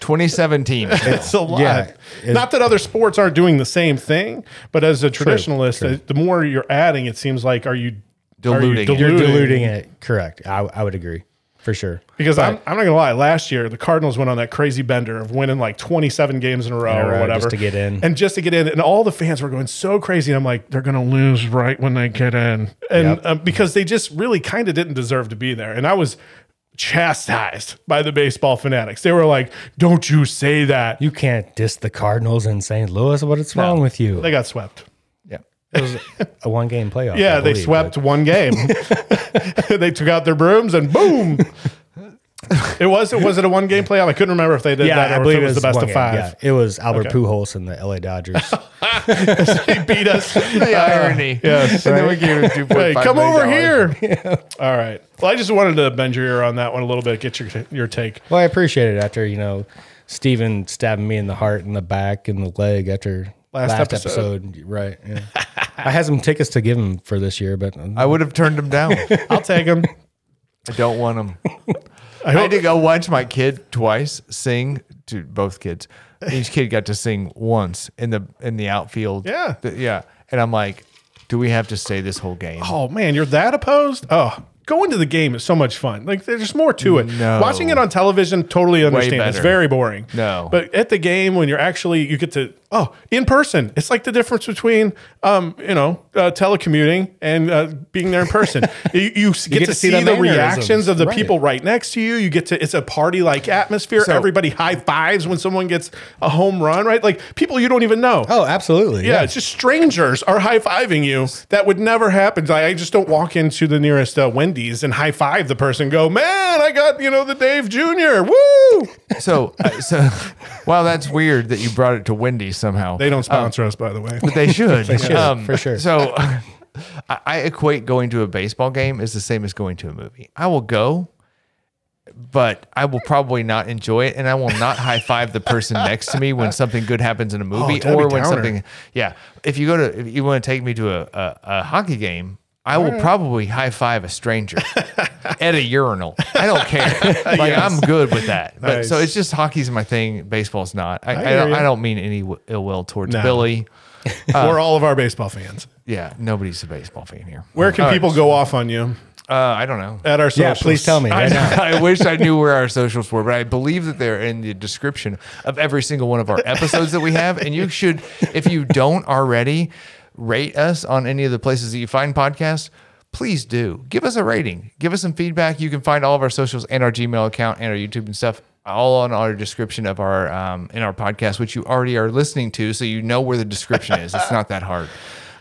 [SPEAKER 3] Twenty-seven teams.
[SPEAKER 2] It's a lot.
[SPEAKER 4] Yeah, it-
[SPEAKER 2] uh, Not that other sports aren't doing the same thing, but as a traditionalist, uh, the more you're adding, it seems like are you
[SPEAKER 3] Diluting it.
[SPEAKER 2] Are you
[SPEAKER 3] You're
[SPEAKER 4] You're
[SPEAKER 2] diluting?
[SPEAKER 4] diluting it. Correct. I, I would agree for sure.
[SPEAKER 2] Because I'm, I'm not gonna lie. Last year, the Cardinals went on that crazy bender of winning like 27 games in a row,
[SPEAKER 4] a row
[SPEAKER 2] or
[SPEAKER 4] just
[SPEAKER 2] whatever,
[SPEAKER 4] to get in.
[SPEAKER 2] and just to get in, and all the fans were going so crazy. And I'm like, they're gonna lose right when they get in, and
[SPEAKER 4] Yep.
[SPEAKER 2] um, because they just really kind of didn't deserve to be there. And I was chastised by the baseball fanatics. They were like, "Don't you say that."
[SPEAKER 4] You can't diss the Cardinals in St. Louis. What is wrong with you?
[SPEAKER 2] They got swept.
[SPEAKER 3] yeah.
[SPEAKER 4] it was a one game playoff.
[SPEAKER 2] Yeah,
[SPEAKER 4] I
[SPEAKER 2] they
[SPEAKER 4] believe,
[SPEAKER 2] swept one game. they took out their brooms and boom. It was it was it a one game playoff? I couldn't remember if they did that. or if it was the best
[SPEAKER 4] one
[SPEAKER 2] of
[SPEAKER 4] game.
[SPEAKER 2] five.
[SPEAKER 4] Yeah, it was Albert
[SPEAKER 2] Okay.
[SPEAKER 4] Pujols and the LA Dodgers.
[SPEAKER 2] Beat us.
[SPEAKER 3] The irony.
[SPEAKER 2] yes,
[SPEAKER 3] And then we gave him two
[SPEAKER 2] Hey,
[SPEAKER 3] point five.
[SPEAKER 2] come over here. All right. Well, I just wanted to bend your ear on that one a little bit, get your your take.
[SPEAKER 4] well, I appreciate it after you know Steven stabbing me in the heart and the back and the leg after
[SPEAKER 2] Last
[SPEAKER 4] last,
[SPEAKER 2] episode.
[SPEAKER 4] episode. Right. Yeah. I had some tickets to give him for this year, but
[SPEAKER 3] I would have turned him down. I
[SPEAKER 2] I'll take him.
[SPEAKER 3] don't want him.
[SPEAKER 2] I
[SPEAKER 3] I had
[SPEAKER 2] hope
[SPEAKER 3] to go watch my kid twice sing to both kids. Each kid got to sing once in the in the outfield.
[SPEAKER 2] Yeah.
[SPEAKER 3] The- yeah. And I'm like, do we have to stay this whole game?
[SPEAKER 2] Oh man, you're that opposed? Oh, going to the game is so much fun. Like there's more to it.
[SPEAKER 3] No.
[SPEAKER 2] Watching it on television, totally understand. It's
[SPEAKER 3] better.
[SPEAKER 2] very boring.
[SPEAKER 3] No.
[SPEAKER 2] but at the game when you're actually you get to oh in person, it's like the difference between um you know uh, telecommuting and uh, being there in person. you, you s- get, to, see,
[SPEAKER 4] the
[SPEAKER 2] the,
[SPEAKER 4] mannerisms.
[SPEAKER 2] reactions of the
[SPEAKER 4] Right.
[SPEAKER 2] people right next to you. You get to it's a party like atmosphere.
[SPEAKER 3] So-
[SPEAKER 2] Everybody high fives when someone gets a home run. Right, like people you don't even know.
[SPEAKER 4] oh, absolutely.
[SPEAKER 2] Yeah, it's just strangers are high fiving you. That would never happen. I, I just don't walk into the nearest uh, Wendy's and high five the person. Go, man, I got you know the Dave Junior. Woo!
[SPEAKER 3] So uh, so wow, that's weird that you brought it to Wendy somehow.
[SPEAKER 2] They don't sponsor us, by the way.
[SPEAKER 3] but they should. Um,
[SPEAKER 4] should, for sure.
[SPEAKER 3] So I, I equate going to a baseball game is the same as going to a movie. I will go, but I will probably not enjoy it, and I will not high five the person next to me when something good happens in a movie
[SPEAKER 2] Debbie
[SPEAKER 3] or when
[SPEAKER 2] Downer.
[SPEAKER 3] something. Yeah, if you go to if you want to take me to a a, a hockey game. I will probably high five a stranger at a urinal. I don't care. Like I'm good with that. But so
[SPEAKER 2] Nice.
[SPEAKER 3] it's just hockey's my thing. Baseball's not. I, I,
[SPEAKER 2] hear
[SPEAKER 3] don't,
[SPEAKER 2] you.
[SPEAKER 3] I don't mean any w- ill will towards
[SPEAKER 2] No.
[SPEAKER 3] Billy.
[SPEAKER 2] We're all of our baseball fans.
[SPEAKER 3] Yeah, nobody's a baseball fan here.
[SPEAKER 2] Where can
[SPEAKER 3] All right.
[SPEAKER 2] people go off on you
[SPEAKER 3] Uh, I don't know.
[SPEAKER 2] at our?
[SPEAKER 4] Yeah,
[SPEAKER 2] socials?
[SPEAKER 4] please tell me.
[SPEAKER 3] I,
[SPEAKER 4] right now.
[SPEAKER 3] I wish I knew where our socials were, but I believe that they're in the description of every single one of our episodes that we have. And you should, if you don't already, rate us on any of the places that you find podcasts. Please do give us a rating, give us some feedback. You can find all of our socials and our Gmail account and our YouTube and stuff all on our description of our um, in our podcast, which you already are listening to, so you know where the description is. It's not that hard.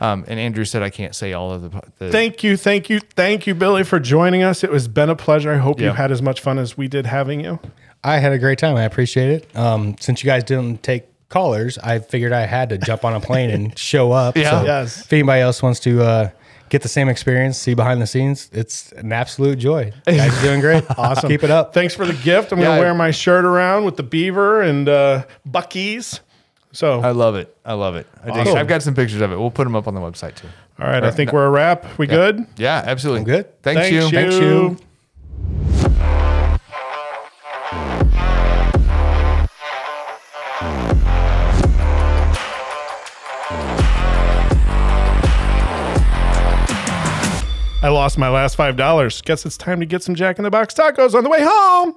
[SPEAKER 3] Um, and Andrew said I can't say all of the. the
[SPEAKER 2] Thank you, thank you, thank you, Billy, for joining us. It was been a pleasure. I hope you
[SPEAKER 3] Yeah.
[SPEAKER 2] had as much fun as we did having you.
[SPEAKER 4] I had a great time. I appreciate it. Um, since you guys didn't take callers, I figured I had to jump on a plane and show up.
[SPEAKER 3] Yeah.
[SPEAKER 4] So
[SPEAKER 2] Yes.
[SPEAKER 4] If anybody else wants to uh, get the same experience, see behind the scenes, it's an absolute joy. You guys are doing great. awesome. Keep it up.
[SPEAKER 2] Thanks for the gift. I'm
[SPEAKER 3] Yeah,
[SPEAKER 2] gonna
[SPEAKER 3] I-
[SPEAKER 2] wear my shirt around with the beaver and uh, Bucky's. So
[SPEAKER 3] I love it. I love it. I dig
[SPEAKER 2] Awesome.
[SPEAKER 3] it. I've got some pictures of it. We'll put them up on the website too.
[SPEAKER 2] All right, I think we're a wrap. We good?
[SPEAKER 3] Yeah, absolutely.
[SPEAKER 4] good.
[SPEAKER 3] Thanks, you.
[SPEAKER 2] Thanks you. I lost my last five dollars. Guess it's time to get some Jack in the Box tacos on the way home.